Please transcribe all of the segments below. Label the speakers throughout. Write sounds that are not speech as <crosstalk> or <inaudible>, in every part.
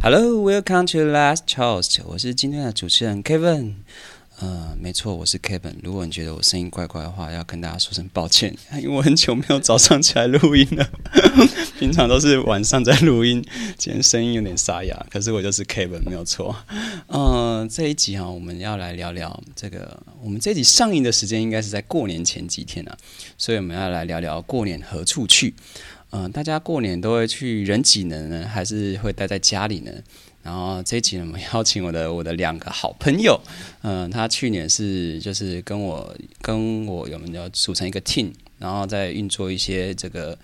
Speaker 1: Hello, welcome to Last Toast。我是今天的主持人 Kevin。呃，没错，我是 Kevin。如果你觉得我声音怪怪的话，要跟大家说声抱歉， <laughs> 因为我很久没有早上起来录音了， <laughs> 平常都是晚上在录音。今天声音有点沙哑，可是我就是 Kevin，没有错。嗯、这一集啊，我们要来聊聊这个。我们这集上映的时间应该是在过年前几天啊，所以我们要来聊聊过年何处去。嗯、大家过年都会去人挤人呢，还是会待在家里呢？然后这一集呢，我们 <laughs> 邀请我的我的两个好朋友，嗯、他去年是就是跟我跟我我们要组成一个 team，然后在运作一些这个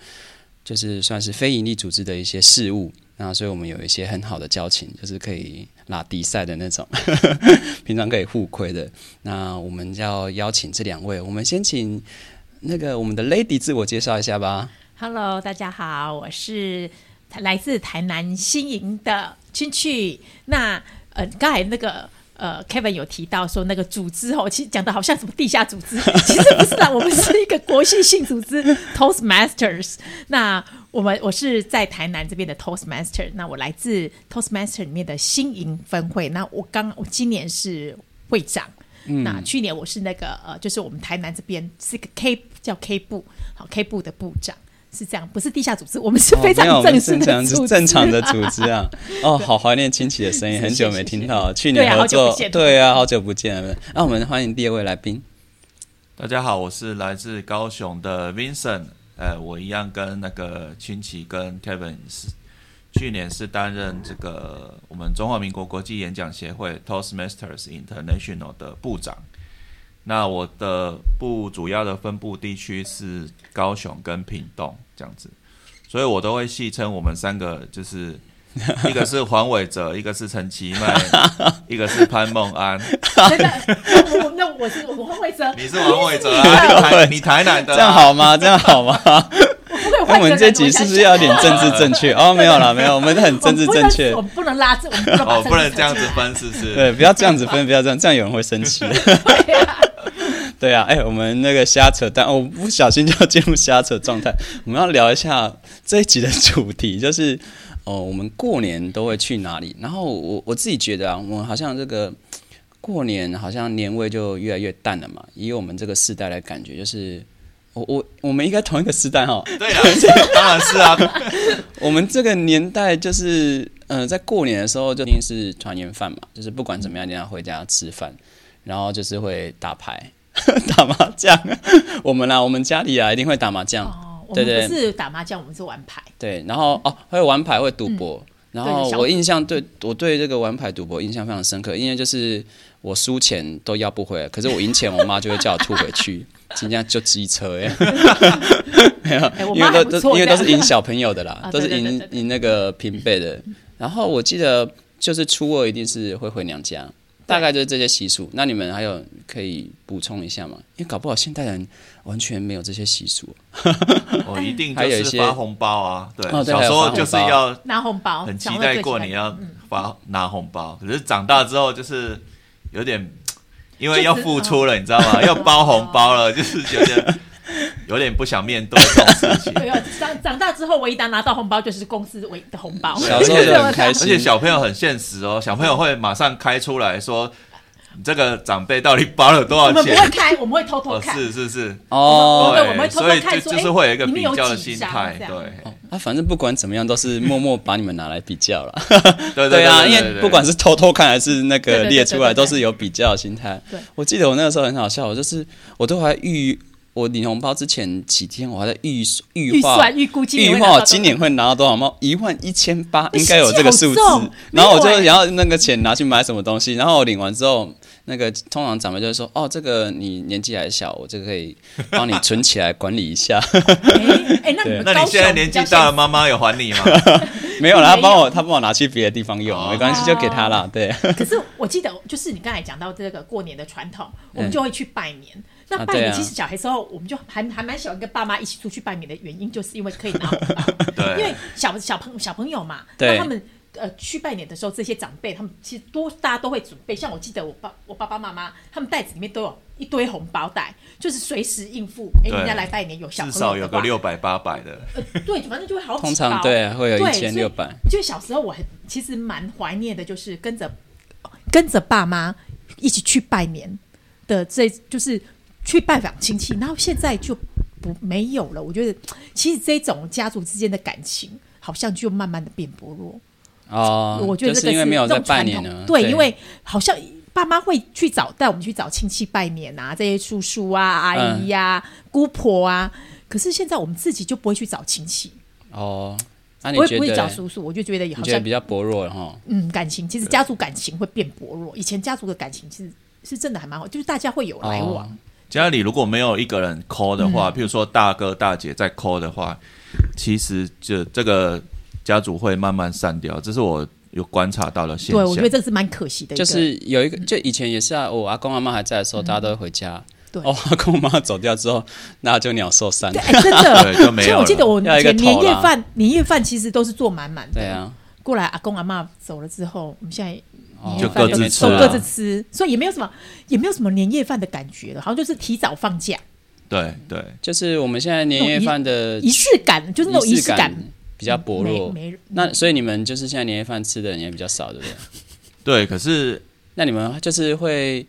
Speaker 1: 就是算是非营利组织的一些事务。那所以我们有一些很好的交情，就是可以拉低赛的那种， <laughs> 平常可以互亏的。那我们要邀请这两位，我们先请那个我们的 Lady 自我介绍一下吧。
Speaker 2: Hello，大家好，我是来自台南新营的亲戚。那呃，刚才那个呃，Kevin 有提到说那个组织哦，其实讲的好像什么地下组
Speaker 1: <laughs>
Speaker 2: 织，其实不是啦，我们是一个国际性组织 <laughs> Toastmasters。那我们我是在台南这边的 Toastmaster，那我来自 Toastmaster 里面的新营分会。那我刚我今年是会长。
Speaker 1: 嗯
Speaker 2: 那去年我是那个呃，就是我们台南这边是个 K 叫 K 部，好 K 部的部长是这样，不是地下组织，我们是
Speaker 1: 哦
Speaker 2: 非
Speaker 1: 没有
Speaker 2: 常
Speaker 1: 我们
Speaker 2: 正
Speaker 1: 是
Speaker 2: 式的
Speaker 1: 正
Speaker 2: 组织，啊
Speaker 1: 常正常的组织
Speaker 2: <laughs>
Speaker 1: 啊。哦，好怀念亲戚的声音，
Speaker 2: 是
Speaker 1: 很久没
Speaker 2: 是是
Speaker 1: 听
Speaker 2: 是
Speaker 1: 到。去
Speaker 2: 对
Speaker 1: 年
Speaker 2: 啊
Speaker 1: 合
Speaker 2: 好久不
Speaker 1: 作，
Speaker 2: 见
Speaker 1: 对啊，好久不见了。那我们欢迎第二位来宾。
Speaker 3: 大家好，我是来自高雄的 Vincent，呃，我一样跟那个亲戚跟 Kevin 是去年是担任这个我们中华民国国际演讲协会 Toastmasters International 的部长。那我的部主要的分布地区是高雄跟屏东这样子，所以我都会戏称我们三
Speaker 1: <laughs>
Speaker 3: 个就是。一个是黄伟哲，一个是陈其迈，一个是潘梦安。
Speaker 1: 啊
Speaker 2: 真的，我我那我是我黄伟哲，
Speaker 3: 你是黄伟
Speaker 1: <laughs>
Speaker 3: 哲啊？你台你台南的、啊，
Speaker 1: 这样好吗？这样好吗？
Speaker 2: <laughs> 我不可以换
Speaker 1: 那我
Speaker 2: 一个人
Speaker 1: 们这集是不是要有点政治正确？哦，没有啦，没有，我们很政治正确
Speaker 2: 啊我。们不能我们不能拉这，我们不能把
Speaker 3: 哦，不能
Speaker 2: 政治
Speaker 3: 这样
Speaker 2: 扯
Speaker 3: 子
Speaker 2: 进来。
Speaker 3: 分，是不是？
Speaker 1: 对，不要这样子分，不要这样，这样有人会生气。对啊，哎、我们那个瞎扯淡，我不小心就进入瞎扯状态。我们要聊一下这一集的主题， <laughs> 就是哦，我们过年都会去哪里？然后我我自己觉得啊，我好像这个过年好像年味就越来越淡了嘛。以我们这个世代来感觉，就是我我我们应该同一个世代哈，
Speaker 3: 对啊，当然是啊，
Speaker 1: 我们这个年代就是，呃，在过年的时候就一定是团圆饭嘛，就是不管怎么样，一定要回家吃饭，然后就是会打牌、 <laughs> 打麻将。我们啦，我们家里啊，一定会打麻将，
Speaker 2: 哦，我
Speaker 1: 对
Speaker 2: 们
Speaker 1: 对
Speaker 2: 不是打麻将，我们是玩牌。
Speaker 1: 对，然后哦，会玩牌，会赌博。然后
Speaker 2: 嗯对小
Speaker 1: 我印象对我对这个玩牌赌博印象非常深刻，因为就是我输钱都要不回来，可是我赢钱，我妈就会叫我吐回去，
Speaker 2: <laughs>
Speaker 1: 今天就机车哎，
Speaker 2: 哎，我
Speaker 1: 因
Speaker 2: 妈
Speaker 1: 为都
Speaker 2: 还不
Speaker 1: 都
Speaker 2: 错
Speaker 1: 因为
Speaker 2: 这
Speaker 1: 都
Speaker 2: 样
Speaker 1: 是赢小朋友的啦，
Speaker 2: <laughs> 啊
Speaker 1: 都是
Speaker 2: 对对
Speaker 1: 赢
Speaker 2: 对对对
Speaker 1: 赢那个平辈的。然后我记得就是初二一定是会回娘家，大概就是这些习俗。那你们还有可以补充一下吗？因为搞不好现代人完全没有这些习俗。
Speaker 3: 我哦一定
Speaker 1: 还有一
Speaker 3: 就
Speaker 1: 些
Speaker 3: 是发红包啊，对
Speaker 1: 哦，对
Speaker 3: 小时
Speaker 1: 还有发
Speaker 3: 候
Speaker 1: 红
Speaker 3: 就是
Speaker 1: 包
Speaker 3: 要
Speaker 2: 拿红包，
Speaker 3: 很
Speaker 2: 小
Speaker 3: 期
Speaker 2: 时候
Speaker 3: 待
Speaker 2: 最
Speaker 3: 过
Speaker 2: 喜欢
Speaker 3: 年要发拿红
Speaker 2: 哦
Speaker 3: 包，可是长大之后就是有点，因为要付出了，你知道
Speaker 2: <laughs>
Speaker 3: 吗？要包红包了，就是觉得有点不想面对这种事情，
Speaker 2: 没有哦长长大之后，唯一拿拿到红包就是公司唯一的红包。
Speaker 1: <laughs> 小时候就很开
Speaker 3: 而且
Speaker 1: 心，
Speaker 3: 小朋友很现实哦，小朋友会马上开出来说，你这个长辈到底包了多
Speaker 2: 我
Speaker 3: 少
Speaker 2: 们不
Speaker 3: 钱
Speaker 2: 会？开，我们会偷偷
Speaker 3: 哦，
Speaker 2: 看。
Speaker 3: 是是是，
Speaker 1: 哦。
Speaker 2: 对我们会偷偷
Speaker 3: 所以
Speaker 2: 看
Speaker 3: 就
Speaker 2: 说
Speaker 3: 就是
Speaker 2: 哎
Speaker 3: 会有一个
Speaker 2: 里
Speaker 3: 比
Speaker 2: 面有
Speaker 3: 较的
Speaker 2: 几
Speaker 3: 心
Speaker 2: 张
Speaker 3: 态，
Speaker 2: 这样哦
Speaker 3: 对。
Speaker 1: 啊，反正不管怎么样，都是默默把你们拿来比较了。<laughs>
Speaker 3: 对
Speaker 1: 对啊，因
Speaker 3: 对
Speaker 1: 为
Speaker 3: 对
Speaker 1: 不管是偷偷看还是那
Speaker 2: 对
Speaker 1: 个
Speaker 2: 对对
Speaker 1: 列出来，
Speaker 2: 对对
Speaker 1: 都
Speaker 2: 对
Speaker 1: 是有比较的心态。
Speaker 2: 对，
Speaker 1: 我记得我那个时候很好笑，我就是我都还预我领红包之前几天，我还在预预
Speaker 2: 预
Speaker 1: 化
Speaker 2: 算预估今年
Speaker 1: 预
Speaker 2: 会
Speaker 1: 化
Speaker 2: 拿
Speaker 1: 我
Speaker 2: 到
Speaker 1: 今
Speaker 2: 多少
Speaker 1: 年会拿到多少吗？一万一千八，
Speaker 2: 那
Speaker 1: 应该有这个数字
Speaker 2: 心机好重。
Speaker 1: 然后我就
Speaker 2: 没有欸
Speaker 1: 然后那个钱拿去买什么东西，然后我领完之后，那个通常长辈就会说：“哦，这个你年纪还小，我这个可以帮你存起来管理一下。
Speaker 2: 哎哎，那你
Speaker 1: 对”
Speaker 2: 们
Speaker 3: 那
Speaker 2: 高
Speaker 3: 你现在
Speaker 2: 雄
Speaker 3: 年
Speaker 2: 比
Speaker 3: 纪
Speaker 2: 较
Speaker 3: 大了，
Speaker 2: 现
Speaker 3: 妈妈有还你吗？
Speaker 1: <laughs> 没有啦，他
Speaker 2: 没有
Speaker 1: 帮我他帮我拿去别的地方用，
Speaker 3: 哦
Speaker 1: 没关系，就给他啦。对，
Speaker 2: <laughs> 可是我记得，就是你刚才讲到这个过年的传统，我们就会去拜年。那
Speaker 1: 啊
Speaker 2: 拜
Speaker 1: 对
Speaker 2: 年
Speaker 1: 啊
Speaker 2: 其实小孩时候我们就还还蛮喜欢跟爸妈
Speaker 1: <laughs>
Speaker 2: 一起出去拜年的原因，就是因为可以拿红包，因为
Speaker 3: 对，
Speaker 2: 小小朋小朋友嘛，
Speaker 1: 对
Speaker 2: 那他们呃去拜年的时候，这些长辈他们其实多大家都会准备，像我记得我爸我爸爸妈妈他们袋子里面都有一堆红包袋，就是随时应付，哎、
Speaker 3: 对
Speaker 2: 人家来拜年有 <laughs> 小
Speaker 3: 至
Speaker 2: 朋友
Speaker 3: 少
Speaker 2: 的
Speaker 3: 有个
Speaker 2: 话
Speaker 3: 六百八百的，
Speaker 2: 对，反正就会好几
Speaker 1: 通常
Speaker 2: 包
Speaker 1: 对啊会有1600
Speaker 2: 对所以就小时候我很其实蛮怀念的，就是跟着跟着爸妈一起去拜年的这，就是去拜访亲戚，然后现在就不没有了。我觉得其实这种家族之间的感情。好像就慢慢的变薄弱，
Speaker 1: 哦， <laughs>
Speaker 2: 我觉得
Speaker 1: 就是
Speaker 2: 这个
Speaker 1: 因为没有在拜年
Speaker 2: 那种传
Speaker 1: 呢
Speaker 2: 统，对，因为好像爸妈会去找带我们去找亲戚拜年啊，这些叔叔啊、阿
Speaker 1: 嗯
Speaker 2: 姨呀、姑婆啊，可是现在我们自己就不会去找亲戚，
Speaker 1: 哦，那你
Speaker 2: 我也
Speaker 1: 觉
Speaker 2: 不会
Speaker 1: 得
Speaker 2: 找
Speaker 1: 嘞？
Speaker 2: 叔叔，我就觉得好
Speaker 1: 你觉得
Speaker 2: 像
Speaker 1: 比较薄弱了哈？
Speaker 2: 嗯感情，其实家族感情会变薄弱。以前家族的感情其实是真的还蛮好，就是大家会有来往，
Speaker 3: <laughs>
Speaker 1: 哦
Speaker 3: 家里如果没有一个人抠的
Speaker 2: 嗯
Speaker 3: 话，譬如说大哥大姐在抠的话，其实就这个家族会慢慢散掉，这是我有观察到的现
Speaker 2: 对
Speaker 3: 象。
Speaker 2: 我觉得这个是蛮可惜的一
Speaker 1: 就
Speaker 2: 个。
Speaker 1: 是有一个，就以前也是啊，我阿公阿妈还在的时候，大家都会回家。
Speaker 2: 嗯对
Speaker 1: 哦，阿公阿妈走掉之后，那就鸟兽散
Speaker 2: 对，。
Speaker 1: <laughs>
Speaker 2: 哎真的，
Speaker 3: 对就没
Speaker 2: 所以
Speaker 3: 有
Speaker 2: 我
Speaker 3: 了。
Speaker 2: 记得我以
Speaker 1: 要一个
Speaker 2: 前
Speaker 1: 头
Speaker 2: 年夜
Speaker 1: 啦
Speaker 2: 饭，年夜饭其实都是坐满满的。
Speaker 1: 对，啊，
Speaker 2: 过来阿公阿妈走了之后，我们现在
Speaker 1: 哦
Speaker 3: 就各自吃
Speaker 2: 都
Speaker 3: 啊
Speaker 2: 各自吃，所以也没有什么，也没有什么年夜饭的感觉了，好像就是提早放假，
Speaker 3: 对对，
Speaker 1: 就是我们现在年夜饭的
Speaker 2: 仪式感就是那种仪式感
Speaker 1: 比较薄弱。
Speaker 2: 没没
Speaker 1: 那所以你们就是现在年夜饭吃的人也比较少，对不对？
Speaker 3: 对，可是
Speaker 1: 那你们就是会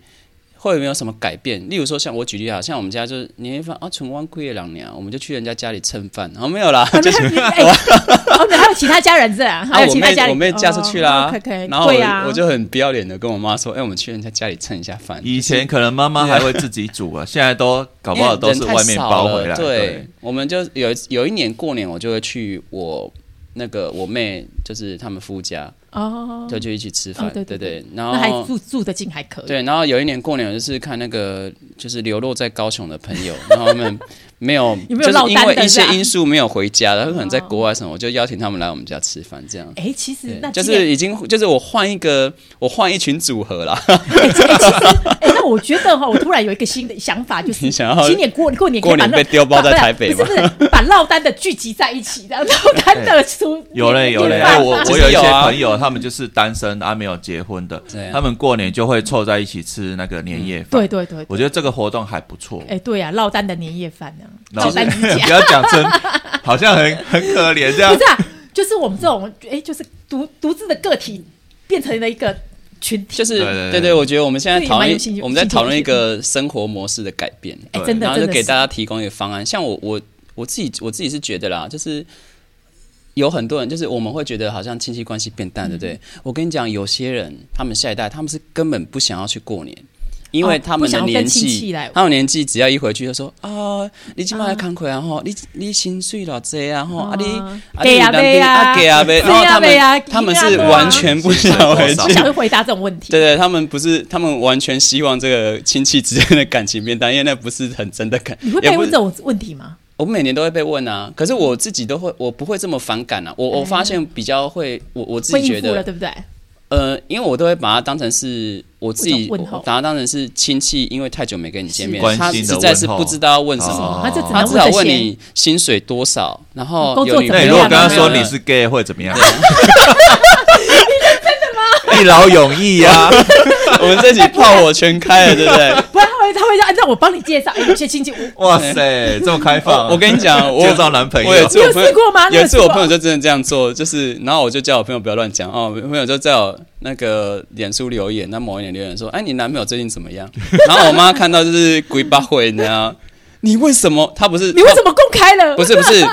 Speaker 1: 会有没有什么改变？例如说，像我举例啊，像我们家就是年夜饭啊，存完贵两年，我们就去人家家里蹭饭，然后没有啦，<laughs>
Speaker 2: 啊
Speaker 1: 就
Speaker 2: <laughs> 没有哎哦，对还有其他家人是啊，
Speaker 1: 啊，
Speaker 2: 还有
Speaker 1: 我
Speaker 2: 其他
Speaker 1: 妹
Speaker 2: 家哦人，
Speaker 1: 我妹嫁出去啦，
Speaker 2: 可可以，
Speaker 1: 然后
Speaker 2: 对啊呀，
Speaker 1: 我我就很不要脸的跟我妈说，哎，我们去人家家里蹭一下饭，
Speaker 3: 以前可能妈妈还会自己煮 <laughs> 啊，现在都搞不好都是外面包
Speaker 1: 因
Speaker 3: 回来。
Speaker 1: 为人太少了对，我们就有有一年过年，我就会去我那个我妹，就是他们夫家，
Speaker 2: 哦，
Speaker 1: 就就一起吃饭，
Speaker 2: 哦对
Speaker 1: 对
Speaker 2: 对
Speaker 1: 然
Speaker 2: 那还
Speaker 1: 后
Speaker 2: 住住得近还可以，
Speaker 1: 对，然后有一年过年，我就是看那个就是流落在高雄的朋友， <laughs> 然后他们没有，
Speaker 2: <laughs> 有没
Speaker 1: 就
Speaker 2: 有
Speaker 1: 是
Speaker 2: 落
Speaker 1: 因
Speaker 2: 单
Speaker 1: 为
Speaker 2: 的
Speaker 1: 一
Speaker 2: 是
Speaker 1: 些
Speaker 2: 吧
Speaker 1: 因素没有回家，然后可能在国外什么，我就邀请他们来我们家吃饭，这样。
Speaker 2: 哎，其实
Speaker 1: 对
Speaker 2: 那
Speaker 1: 就
Speaker 2: 今年
Speaker 1: 是已经就是我换一个，我换一群组合啦。 <laughs>
Speaker 2: 哎，那我觉得哈，我突然有一个新的想法，就是
Speaker 1: 你想要
Speaker 2: 今年过过年可以
Speaker 1: 过年
Speaker 2: 把那
Speaker 1: 被丢包在
Speaker 2: 把
Speaker 1: 台北
Speaker 2: 不
Speaker 1: 吗
Speaker 2: 是不是，把落单的聚集在一起，
Speaker 1: <laughs>
Speaker 2: 然后落单的出
Speaker 3: 有嘞有嘞，
Speaker 2: 年
Speaker 3: 哎
Speaker 2: 饭
Speaker 3: 我
Speaker 1: 其
Speaker 3: 我
Speaker 1: 实
Speaker 3: 有一些
Speaker 1: 有啊
Speaker 3: 朋友，他们就是单身啊，没有结婚的
Speaker 1: 对啊，
Speaker 3: 他们过年就会凑在一起吃那个年夜饭。
Speaker 2: 对对对，
Speaker 3: 我觉得这个活动还不错。
Speaker 2: 哎，对啊，落单的年夜饭呢，啊
Speaker 3: 然后
Speaker 2: 落单
Speaker 1: <laughs>
Speaker 2: 一
Speaker 3: <laughs> 不要讲真，好像很很可怜这样
Speaker 2: 不。是啊，就是我们这种哎，就是独独自的个体变成了一个群体，
Speaker 1: 就是
Speaker 3: 对对对
Speaker 1: 对对，我觉得我们现在讨
Speaker 2: 这也蛮有
Speaker 1: 论
Speaker 2: 兴趣，
Speaker 1: 我们在讨论一个生活模式的改变，
Speaker 2: 哎，
Speaker 3: 对
Speaker 2: 真的
Speaker 1: 然后
Speaker 2: 真
Speaker 1: 就
Speaker 2: 的
Speaker 1: 给
Speaker 2: 是
Speaker 1: 大家提供一个方案。像我我我自己我自己是觉得啦，就是有很多人就是我们会觉得好像亲戚关系变淡，对不对？
Speaker 2: 嗯
Speaker 1: 我跟你讲，有些人他们下一代他们是根本不想要去过年。因为
Speaker 2: 哦
Speaker 1: 他们
Speaker 2: 不想
Speaker 1: 的
Speaker 2: 要跟
Speaker 1: 年
Speaker 2: 亲
Speaker 1: 纪
Speaker 2: 戚来，
Speaker 1: 他们年纪只要一回去就说啊，你今麦来看亏啊吼，你你薪水老济啊吼，啊你啊
Speaker 2: 给啊
Speaker 1: 你有男朋友
Speaker 2: 呗啊
Speaker 1: 啊给啊呗，
Speaker 2: 对
Speaker 1: 然后
Speaker 2: 啊
Speaker 1: 他
Speaker 2: 对啊
Speaker 1: 们他们
Speaker 2: 一
Speaker 1: 是
Speaker 2: 定要的啊
Speaker 1: 完全不想回去
Speaker 2: 不，想会回答这种问题，
Speaker 1: 对对，他们不是，他们完全希望这个亲戚之间的感情变淡，因为那不是很真的感。
Speaker 2: 你会
Speaker 1: 也
Speaker 2: 被
Speaker 1: 不
Speaker 2: 问
Speaker 1: 是
Speaker 2: 这种问题吗？
Speaker 1: 我每年都会被问啊，可是我自己都会，我不会这么反感啊。我我发现比较会，我我自
Speaker 2: 会
Speaker 1: 己觉
Speaker 2: 应付了，
Speaker 1: 得，
Speaker 2: 对不对？
Speaker 1: 呃，因为我都会把它当成是我自己，
Speaker 2: 一种
Speaker 1: 我
Speaker 2: 问候
Speaker 1: 把它当成是亲戚，因为太久没跟你见面
Speaker 3: 是，
Speaker 1: 他
Speaker 3: 关心的
Speaker 1: 实在是
Speaker 3: 问候
Speaker 1: 不知道要问什么，
Speaker 3: 哦
Speaker 2: 他就只
Speaker 1: 他
Speaker 2: 能
Speaker 1: 至少
Speaker 2: 这
Speaker 1: 问
Speaker 2: 些
Speaker 1: 你薪水多少，然
Speaker 2: 哦
Speaker 1: 后
Speaker 2: 工作
Speaker 1: 有女
Speaker 2: 怎
Speaker 1: 朋
Speaker 2: 么
Speaker 3: 那
Speaker 1: 友没
Speaker 2: 样
Speaker 3: 你哎如
Speaker 1: 有。
Speaker 3: 果刚刚说
Speaker 2: 对
Speaker 3: 你是 gay 会怎么 <laughs> 样？
Speaker 1: 一劳永逸啊， <laughs> 我们这集炮火全开了，对不对？
Speaker 2: 不然他会他会让让我帮你介绍，哎，有些亲戚我
Speaker 3: 哇塞，这么开放！啊
Speaker 1: 我我跟你讲，我
Speaker 3: 介绍男朋友
Speaker 1: 我有一次我
Speaker 2: 你有
Speaker 1: 朋友
Speaker 2: 试过吗你有
Speaker 1: 有一次
Speaker 2: 试
Speaker 1: 我
Speaker 2: 过
Speaker 1: 朋友就真的这样做，就是然后我就叫我朋友不要乱讲哦，我朋友就在我那个脸书留言，那某一年留言说，哎，你男朋友最近怎么样？ <laughs> 然后我妈看到就是鬼八会呢，你为什么他不是
Speaker 2: 你为什么公开了？
Speaker 1: 不是不
Speaker 2: <laughs>
Speaker 1: 是，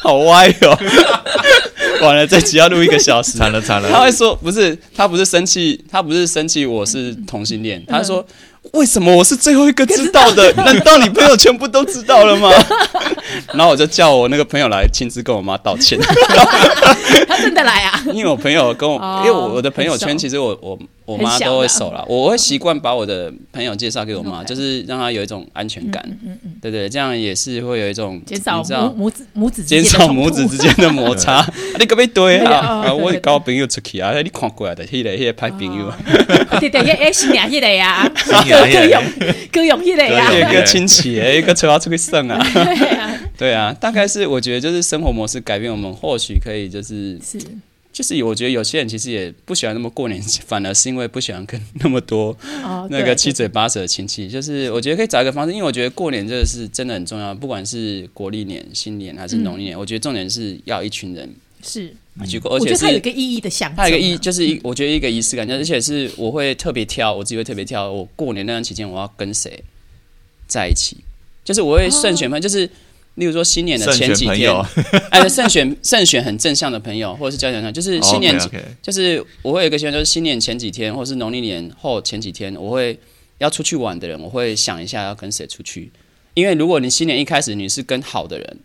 Speaker 1: 好歪哦！ <laughs> 完了，这集要录一个小时，
Speaker 3: 惨了惨了
Speaker 1: 他会说不是，他不是生气，他不是生气我是同性恋，他说
Speaker 2: 嗯
Speaker 1: 为什么我是最后一个知道的？难道你朋友全部都知道了吗？ <laughs> 然后我就叫我那个朋友来亲自跟我妈道
Speaker 2: <laughs>
Speaker 1: 歉，
Speaker 2: 他真的来啊？
Speaker 1: 因为我朋友跟我，
Speaker 2: 哦
Speaker 1: 因为我的朋友
Speaker 2: 很
Speaker 1: 圈
Speaker 2: 熟
Speaker 1: 其实我我我
Speaker 2: 很
Speaker 1: 妈
Speaker 2: 小
Speaker 1: 都会
Speaker 2: 啦嗯
Speaker 1: 熟啦，我会习惯把我的朋友介绍给我妈，
Speaker 2: OK 嗯
Speaker 1: 就是让她有一种安全感，对对，这样也是会有一种
Speaker 2: 减少
Speaker 1: 你知道
Speaker 2: 母母子母子之间
Speaker 1: 减少
Speaker 2: 的冲突
Speaker 1: 母子之间的摩擦。啊你可不可以对
Speaker 2: 对
Speaker 1: 啊？
Speaker 2: 哦
Speaker 1: 啊，我
Speaker 2: 对对
Speaker 1: 交朋友出去啊，你看过来的，迄个迄个歹朋友，啊
Speaker 2: 对对，也也新娘迄
Speaker 1: <laughs>
Speaker 2: 个呀，
Speaker 3: 新娘那个
Speaker 2: 歌咏歌咏迄个
Speaker 3: 歌
Speaker 1: 一
Speaker 3: 咏
Speaker 2: 呀，
Speaker 1: 个亲戚的，一个吹他出去耍啊。
Speaker 2: 对啊，
Speaker 1: 对啊，大概是我觉得就是生活模式改变，我们或许可以就是
Speaker 2: 是
Speaker 1: 就是有我觉得有些人其实也不喜欢那么过年，反而是因为不喜欢跟那么多
Speaker 2: 哦，
Speaker 1: 那
Speaker 2: 对
Speaker 1: 个七嘴八舌的亲戚，就是我觉得可以找一个方式，因为我觉得过年这个是真的很重要，不管是国历年、新年还是农历年，我觉得重点是要一群人
Speaker 2: 是，
Speaker 1: 去过，
Speaker 2: 我
Speaker 1: 而
Speaker 2: 觉
Speaker 1: 且
Speaker 2: 得它有一
Speaker 1: 是
Speaker 2: 个意义的象征啊，
Speaker 1: 它有一个仪，就是一我觉得一个仪式感，而且是我会特别挑，我自己会特别挑，我过年那段期间我要跟谁在一起，就是我会慎选朋友，就是例如说新年的
Speaker 3: 慎
Speaker 1: 前
Speaker 3: 选
Speaker 1: 几
Speaker 3: 朋
Speaker 1: 天
Speaker 3: 友，，
Speaker 1: 哎，慎选 <laughs> 慎选很正向的朋友，或者是交流上，就是新年
Speaker 3: o k
Speaker 1: 就是我会有一个习惯，就是新年前几天，或是农历年后前几天，我会要出去玩的人，我会想一下要跟谁出去。因为如果你新年一开始你是跟好的人，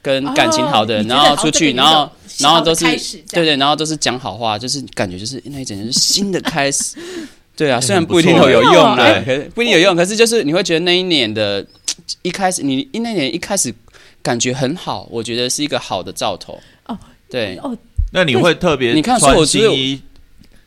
Speaker 1: 跟感情好的人，
Speaker 2: 哦
Speaker 1: 然后出去，
Speaker 2: 你觉
Speaker 1: 然
Speaker 2: 得好
Speaker 1: 后
Speaker 2: 这个有一种
Speaker 1: 然后都是
Speaker 2: 好的开始这
Speaker 1: 对
Speaker 2: 样
Speaker 1: 对，然后都是讲好话，就是感觉就是那一整就是新的开始。对
Speaker 2: <laughs>
Speaker 1: 啊，
Speaker 3: 哎
Speaker 1: 虽然
Speaker 3: 很不
Speaker 1: 不一定
Speaker 3: 错
Speaker 1: 有
Speaker 2: 哎
Speaker 1: 用啦，
Speaker 3: 对
Speaker 1: 可是不一定有用，可是就是你会觉得那一年的一开始，你一那一年一开始感觉很好，我觉得是一个好的兆头。
Speaker 2: 哦，
Speaker 1: 对，
Speaker 2: 哦，
Speaker 3: 那你会特别
Speaker 1: 你看所以
Speaker 3: 穿
Speaker 1: 我只有
Speaker 3: 新衣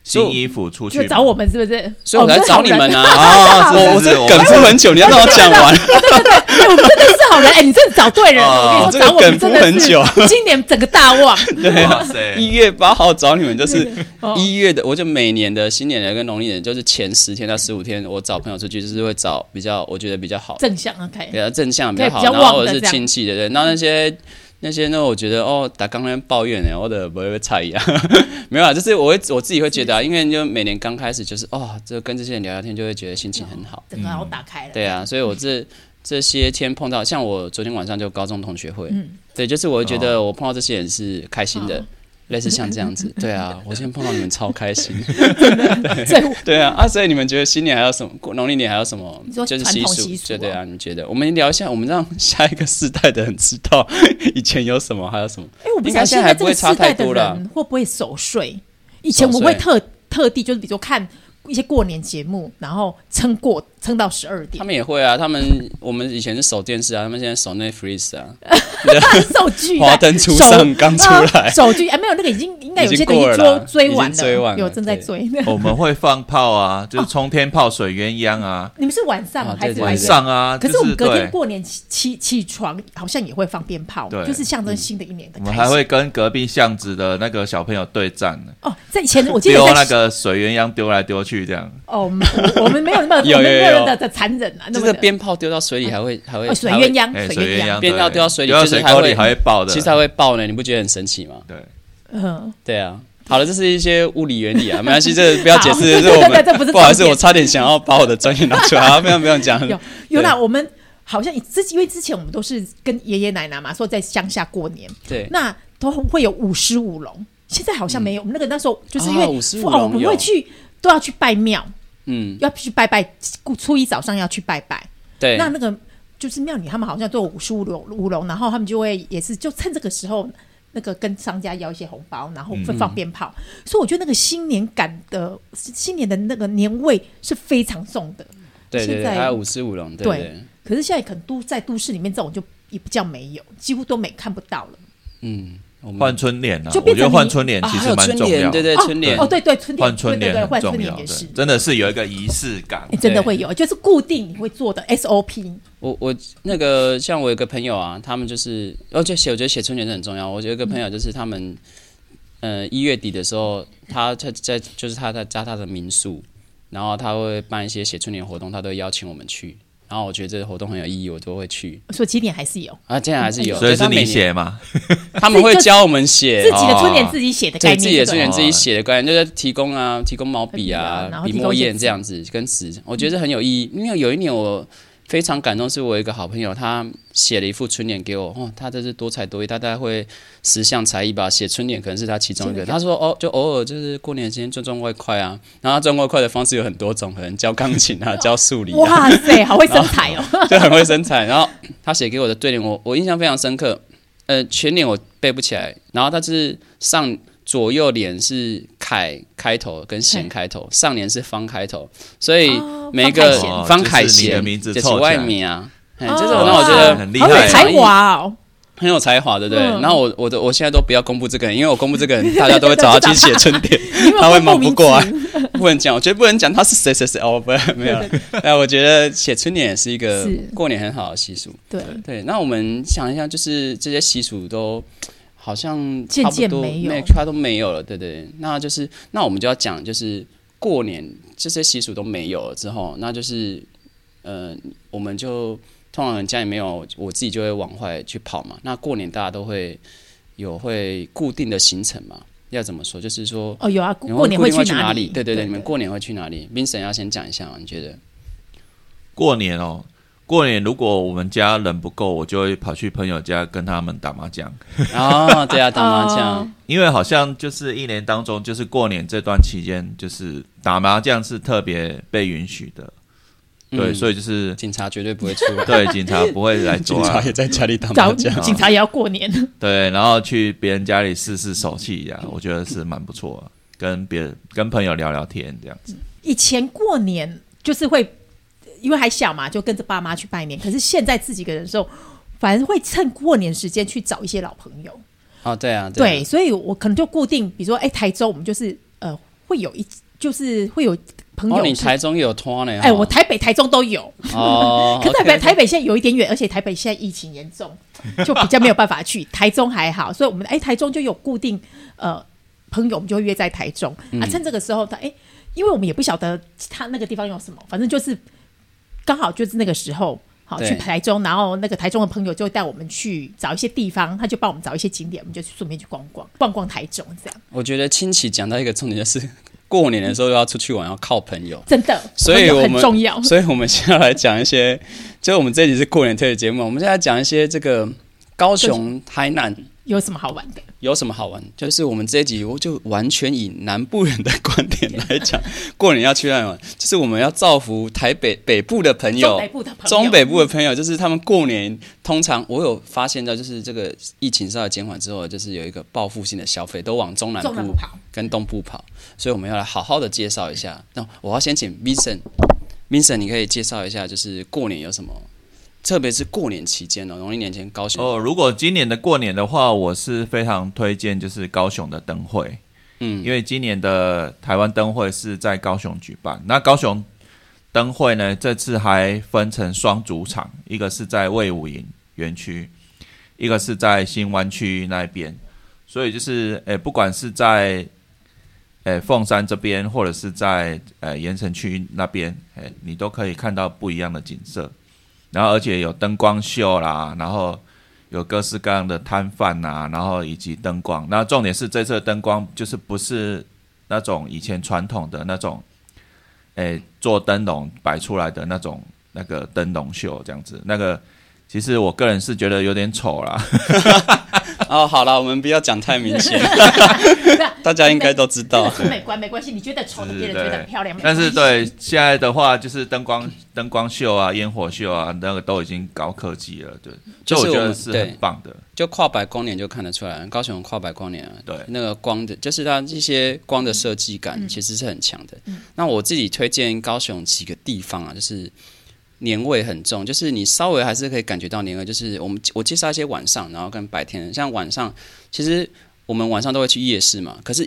Speaker 1: 所以我
Speaker 3: 新衣服出去
Speaker 2: 就
Speaker 3: 吗？
Speaker 2: 找我们是不是？
Speaker 1: 所以我
Speaker 2: 哦
Speaker 1: 才找你们。啊。
Speaker 3: 啊！是
Speaker 1: 我我
Speaker 3: 是
Speaker 1: 这
Speaker 3: 我
Speaker 1: 梗铺很久，你要让我讲
Speaker 3: <laughs>
Speaker 1: 完。
Speaker 2: 我们真的是好人，哎，你真的找对人了。
Speaker 3: 哦
Speaker 2: 我
Speaker 1: 啊这个
Speaker 2: 跟你说，找我
Speaker 1: 梗
Speaker 2: 们真
Speaker 1: 铺
Speaker 2: 的
Speaker 1: 很
Speaker 2: 是
Speaker 1: 久，
Speaker 2: 今年整个大旺。
Speaker 1: 对
Speaker 3: 哇
Speaker 1: 啊，
Speaker 3: 塞，
Speaker 1: 一月八号找你们就是
Speaker 2: 哦
Speaker 1: 一月的，我就每年的新年的跟农历年，就是前十天到十五天，我找朋友出去，就是会找比较我觉得比较好，
Speaker 2: 正向啊 OK
Speaker 1: 比。较正向比较好，
Speaker 2: 对比
Speaker 1: 然
Speaker 2: 较
Speaker 1: 后
Speaker 2: 旺
Speaker 1: 或
Speaker 2: 的
Speaker 1: 者是
Speaker 2: 这样
Speaker 1: 亲戚的对，然后那些。那些呢，我觉得哦，打刚刚抱怨呢，我的不会差异啊， <laughs> 没有啊，就是我会我自己会觉得啊，因为就每年刚开始就是哦，就跟这些人聊聊天，就会觉得心情很好。
Speaker 2: 整个好打开了。
Speaker 1: 对啊，所以我这这些天碰到，像我昨天晚上就高中同学会，
Speaker 2: 嗯哦
Speaker 1: 对，就是我觉得我碰到这些人是开心的。类似像这样
Speaker 2: <laughs>
Speaker 1: 子，对啊，我今天碰到你们超开心，
Speaker 2: 所以我
Speaker 1: 对啊，啊，所以你们觉得新年还有什么，过农历年还有什么
Speaker 2: 你，说
Speaker 1: 就是
Speaker 2: 传
Speaker 1: 习
Speaker 2: 统
Speaker 1: 俗，
Speaker 2: 习俗
Speaker 1: 对对
Speaker 2: 哦
Speaker 1: 啊，你觉得？我们聊一下，我们让下一个世代的人知道 <laughs> 以前有什么，还有什么，
Speaker 2: 哎，我不
Speaker 1: 应
Speaker 2: 知
Speaker 1: 该
Speaker 2: 道
Speaker 1: 现在还
Speaker 2: 在
Speaker 1: 不
Speaker 2: 这
Speaker 1: 会
Speaker 2: 个
Speaker 1: 差
Speaker 2: 时
Speaker 1: 太
Speaker 2: 代的
Speaker 1: 多啦
Speaker 2: 人会不会守岁？以前我
Speaker 1: 守
Speaker 2: 会
Speaker 1: 岁
Speaker 2: 特特地就是比如说看一些过年节目，然后撑过撑到十二点
Speaker 1: 他， <laughs> 们也会啊，他们我们以前是守电视啊，他们现在守 Netflix
Speaker 2: <laughs>
Speaker 1: 啊，
Speaker 2: 手剧
Speaker 1: 华灯初上刚出来，
Speaker 2: 手剧哎没有那个已经应该有些
Speaker 1: 已经
Speaker 2: 人已
Speaker 1: 过
Speaker 2: 经
Speaker 1: 了啦
Speaker 2: 追追完
Speaker 1: 已经追完了
Speaker 2: 有正在
Speaker 1: 对哦
Speaker 2: 追。
Speaker 3: 我们会放炮啊，就是冲天炮、水鸳鸯啊，
Speaker 2: 你们是晚上
Speaker 1: 啊
Speaker 2: 还
Speaker 1: 对
Speaker 2: 是
Speaker 1: 对
Speaker 3: 晚
Speaker 2: 白
Speaker 1: 哦对
Speaker 2: 天？
Speaker 3: 上啊。
Speaker 2: 可
Speaker 3: 就是
Speaker 2: 我们隔天
Speaker 3: 对
Speaker 2: 过年起起起床，好像也会放鞭炮，
Speaker 3: 对
Speaker 2: 就是象征新的一年的
Speaker 3: 我
Speaker 2: 开
Speaker 3: 们
Speaker 2: 始。
Speaker 3: 还会跟隔壁巷子的那个小朋友对战呢，
Speaker 2: 哦，在以前
Speaker 3: <laughs>
Speaker 2: 我记得
Speaker 3: 丢
Speaker 2: 在
Speaker 3: 那个水鸳鸯丢来丢去这样。
Speaker 2: 哦，我们我我们没有那
Speaker 3: <laughs>
Speaker 2: 么
Speaker 1: 有
Speaker 2: 我们没
Speaker 1: 有有
Speaker 2: 有那么的残忍啊，那
Speaker 1: 就
Speaker 2: 么
Speaker 1: 是
Speaker 2: 的
Speaker 1: 鞭炮丢到水里还会还会
Speaker 2: 哦水
Speaker 1: 还会
Speaker 2: 鸳鸯
Speaker 3: 哎，，
Speaker 2: 水
Speaker 3: 水
Speaker 2: 鸳
Speaker 3: 鸳鸯
Speaker 2: 鸯，
Speaker 1: 鞭
Speaker 3: 对
Speaker 1: 炮丢到水里
Speaker 3: 丢到
Speaker 1: 就是
Speaker 3: 水
Speaker 1: 还
Speaker 3: 沟
Speaker 1: 会
Speaker 3: 里还会爆的。
Speaker 1: 其实它会爆呢，你不觉得很神奇吗？
Speaker 3: 对，
Speaker 2: 嗯，
Speaker 1: 对啊。好了，这是一些物理原理啊，没关系，这个不要解释，这是我
Speaker 2: 对对对这不
Speaker 1: 们
Speaker 2: 是
Speaker 1: 不好意思，
Speaker 2: 重点
Speaker 1: 我差点想要把我的专业拿出来，啊，不用不用讲，
Speaker 2: 有有啦，我们好像以之因为之前我们都是跟爷爷奶奶嘛，说在乡下过年，
Speaker 1: 对，
Speaker 2: 那都会有舞狮舞龙，现在好像
Speaker 3: 嗯
Speaker 2: 没有，我们那个那时候就是因
Speaker 1: 啊
Speaker 2: 为
Speaker 1: 舞狮舞
Speaker 2: 哦
Speaker 1: 龙
Speaker 2: 我们
Speaker 1: 有
Speaker 2: 会去都要去拜庙，
Speaker 1: 嗯，
Speaker 2: 要去拜拜，初一早上要去拜拜，
Speaker 1: 对，
Speaker 2: 那那个就是庙里他们好像都有舞狮舞龙舞龙，然后他们就会也是就趁这个时候。那个跟商家要一些红包，然后会
Speaker 1: 嗯
Speaker 2: 放鞭炮，所以我觉得那个新年感的新年的那个年味是非常重的。
Speaker 1: 对对
Speaker 2: 现
Speaker 1: 对，
Speaker 2: 在
Speaker 1: 还有舞狮舞龙，对
Speaker 2: 对
Speaker 1: 对，
Speaker 2: 可是现在可能都在都市里面这种就也比较没有，几乎都没看不到了。
Speaker 1: 嗯，我们
Speaker 3: 换春联啊，
Speaker 2: 就
Speaker 3: 我
Speaker 2: 变
Speaker 3: 觉得
Speaker 2: 成
Speaker 3: 换
Speaker 2: 你
Speaker 3: 春联
Speaker 1: 啊
Speaker 3: 其
Speaker 1: 还
Speaker 3: 实
Speaker 1: 有
Speaker 3: 蛮
Speaker 1: 春
Speaker 3: 重要
Speaker 1: 联，
Speaker 3: 的。
Speaker 1: 对对，春联
Speaker 2: 哦，，对对，春联
Speaker 3: 换
Speaker 2: 对
Speaker 3: 春
Speaker 2: 对对，
Speaker 3: 联很
Speaker 2: 换春
Speaker 3: 重要，
Speaker 2: 联也是哎
Speaker 3: 对，。真的是有一个仪式感
Speaker 2: 你。真的
Speaker 1: 对
Speaker 2: 会有，就是固定你会做的 SOP，
Speaker 1: 我我那个像我有个朋友啊，他们就是，而且写我觉得写春联是很重要。我有一个朋友就是他们，呃，一月底的时候，他在在就是他在加他的民宿，然后他会办一些写春联活动，他都会邀请我们去。然后我觉得这个活动很有意义，我都会去。
Speaker 2: 所以几点还是有
Speaker 1: 啊，竟然还是有，
Speaker 3: 所以
Speaker 1: 他
Speaker 3: 是
Speaker 1: 每
Speaker 3: 你
Speaker 1: 年，
Speaker 3: 写嘛？
Speaker 1: 他们会教我们
Speaker 2: <laughs>
Speaker 1: 写
Speaker 2: 自己的春
Speaker 3: 哦
Speaker 2: 联自己写的
Speaker 1: 对
Speaker 2: 概念，
Speaker 1: 自己的
Speaker 2: 对不
Speaker 1: 春
Speaker 2: 对
Speaker 1: 联自己写的观念，就是提供啊，提供毛笔
Speaker 2: 笔啊然
Speaker 1: 啊、
Speaker 2: 后
Speaker 1: 笔
Speaker 2: 提供
Speaker 1: 墨
Speaker 2: 一些嗯
Speaker 1: 砚
Speaker 2: 纸
Speaker 1: 这样子跟纸，我觉得很有意义。因为有一年我非常感动，是我有一个好朋友，他写了一副春联给我，哦，他这是多才多艺，他大概会十项才艺吧，写春联可能是他其中一个。他说哦，就偶尔就是过年期间赚赚外快啊，然后他赚外快的方式有很多种，可能教钢琴
Speaker 2: <laughs>
Speaker 1: 啊，教数理啊，
Speaker 2: 哇塞，好会身材哦！
Speaker 1: 就很会生产。然后他写给我的对联，我我印象非常深刻。呃，全联我背不起来，然后他是上左右联是楷开头跟咸开头，上联是方开头，所以
Speaker 2: 哦
Speaker 1: 每一
Speaker 2: 方
Speaker 1: 个哦方
Speaker 2: 凯贤
Speaker 3: 就是
Speaker 1: 凯
Speaker 3: 你的
Speaker 1: 贤
Speaker 3: 名字
Speaker 1: 就是
Speaker 3: 凑起
Speaker 1: 外
Speaker 3: 来
Speaker 1: 面啊。哎，
Speaker 2: 哦
Speaker 1: 就是我让我觉
Speaker 3: 哇
Speaker 1: 得
Speaker 3: 很厉
Speaker 2: 好
Speaker 3: 害
Speaker 2: 有才华哦！
Speaker 1: 很有才华，对不对？
Speaker 2: 嗯
Speaker 1: 然后我我的我现在都不要公布这个人，因为我公布这个人，大家都会找他去写春点，
Speaker 2: 因
Speaker 1: <laughs>
Speaker 2: 为
Speaker 1: 他会
Speaker 2: 我
Speaker 1: 忙
Speaker 2: 名
Speaker 1: 不过啊
Speaker 2: <laughs>
Speaker 1: 来
Speaker 2: 字，
Speaker 1: <laughs> 不能讲，我觉得不能讲他是谁谁谁哦，不， <laughs> 没有。但我觉得写春联也是一个
Speaker 2: 是
Speaker 1: 过年很好的习俗。
Speaker 2: 对，
Speaker 1: 对，那我们想一下，就是这些习俗都好像
Speaker 2: 渐
Speaker 1: 差不
Speaker 2: 渐
Speaker 1: 多
Speaker 2: 没有
Speaker 1: 差都没有了，对对对，那就是那我们就要讲，就是过年这些习俗都没有了之后，那就是呃，我们就通常家里没有，我自己就会往外去跑嘛。那过年大家都会有会固定的行程嘛，要怎么说？就是说
Speaker 2: 哦，有啊，
Speaker 1: 你们
Speaker 2: 过年
Speaker 1: 固
Speaker 2: 会
Speaker 1: 定会
Speaker 2: 哪
Speaker 1: 哪
Speaker 2: 里？
Speaker 1: 对对对，你们过年会去哪里？Vincent 要先讲一下嘛，你觉得？
Speaker 3: 过年哦，过年如果我们家人不够，我就会跑去朋友家跟他们打麻将，
Speaker 1: 哦，对啊，打麻将，
Speaker 3: 因为好像就是一年当中，就是过年这段期间，就是打麻将是特别被允许的，对，所
Speaker 1: 以
Speaker 3: 以就是
Speaker 1: 警察绝对不会出来，
Speaker 3: <laughs> 对警察不会来抓
Speaker 1: <laughs> 警
Speaker 3: 啊，
Speaker 1: 察也在家里打麻
Speaker 2: 找
Speaker 1: 将。
Speaker 2: 警察也要过年，
Speaker 3: 对，然后去别人家里试试手气一下，我觉得是蛮不错的，跟别人跟朋友聊聊天这样子。
Speaker 2: 以前过年就是会，因为还小嘛，就跟着爸妈去拜年。可是现在自己一个人的时候，反而会趁过年时间去找一些老朋友。
Speaker 1: 哦，对啊，
Speaker 2: 对，
Speaker 1: 啊，
Speaker 2: 所以我可能就固定，比如说，哎、台州我们就是呃，会有一就是会有朋
Speaker 1: 哦，
Speaker 2: 友
Speaker 1: 你
Speaker 2: 是，
Speaker 1: 台中有拖呢？
Speaker 2: 哎、我台北、台中都有。
Speaker 1: 哦，
Speaker 2: <laughs> 可
Speaker 1: OK，
Speaker 2: 台北台北现在有一点远，而且台北现在疫情严重，就比较没有办法去。 <laughs> 台中还好，所以我们哎、台中就有固定呃朋友，我们就会约在台中、
Speaker 1: 嗯
Speaker 2: 啊。趁这个时候，他哎、因为我们也不晓得他那个地方有什么，反正就是刚好就是那个时候。好，
Speaker 1: 对
Speaker 2: 去台中，然后那个台中的朋友就会带我们去找一些地方，他就帮我们找一些景点，我们就顺便去逛逛，逛逛台中这样。
Speaker 1: 我觉得亲戚讲到一个重点就是， <laughs> 过年的时候要出去玩，要靠朋友。
Speaker 2: 真的，
Speaker 1: 所以
Speaker 2: 朋友
Speaker 1: 我们
Speaker 2: 很重要。
Speaker 1: <laughs> 所以我们现在来讲一些，就是我们这一集是过年特别节目，我们现在讲一些这个高雄、台南
Speaker 2: 有什么好玩的？ <laughs>
Speaker 1: 有什么好玩？就是我们这一集，我就完全以南部人的观点来讲，过年要去哪里玩？就是我们要造福台北北部的朋友
Speaker 2: 中北。部的朋友，
Speaker 1: 中北部的朋友，就是他们过年通常我有发现到，就是这个疫情稍微减缓之后，就是有一个报复性的消费，都往中南
Speaker 2: 中南部
Speaker 1: 部
Speaker 2: 跑。
Speaker 1: 跟东部跑，所以我们要来好好的介绍一下。那我要先请 Vincent，Vincent 你可以介绍一下，就是过年有什么，特别是过年期间哦，农历年前高雄，
Speaker 3: 哦，如果今年的过年的话，我是非常推荐就是高雄的灯会，
Speaker 1: 嗯，
Speaker 3: 因为今年的台湾灯会是在高雄举办。那高雄灯会呢，这次还分成双主场，一个是在魏武营园区，一个是在新湾区那边。所以就是，诶、不管是在诶、凤山这边，或者是在诶盐城区那边，诶、你都可以看到不一样的景色。然后而且有灯光秀啦，然后有各式各样的摊贩呐、然后以及灯光。那重点是这次的灯光就是不是那种以前传统的那种，诶，做灯笼摆出来的那种那个灯笼秀这样子。那个其实我个人是觉得有点丑啦，
Speaker 1: 哦，好了，我们不要讲太明显，大家应该都知道。
Speaker 2: 这个是美观没关系，你觉得丑的别人觉得很漂亮，没
Speaker 3: 但
Speaker 2: 关系
Speaker 3: 是对现在的话，就是灯光灯光秀啊、烟火秀啊，那个都已经高科技了，对，
Speaker 1: 就是
Speaker 3: 所以我觉
Speaker 1: 我
Speaker 3: 得
Speaker 1: 们
Speaker 3: 是
Speaker 1: 对
Speaker 3: 很棒的。
Speaker 1: <laughs> 就跨百光年就看得出来，高雄跨百光年啊，
Speaker 3: 对
Speaker 1: 那个光的，就是它一些光的设计感其实是很强的。那我自己推荐高雄几个地方啊，就是年味很重，就是你稍微还是可以感觉到年味。就是我们我介绍一些晚上，然后跟白天，像晚上其实我们晚上都会去夜市嘛，可是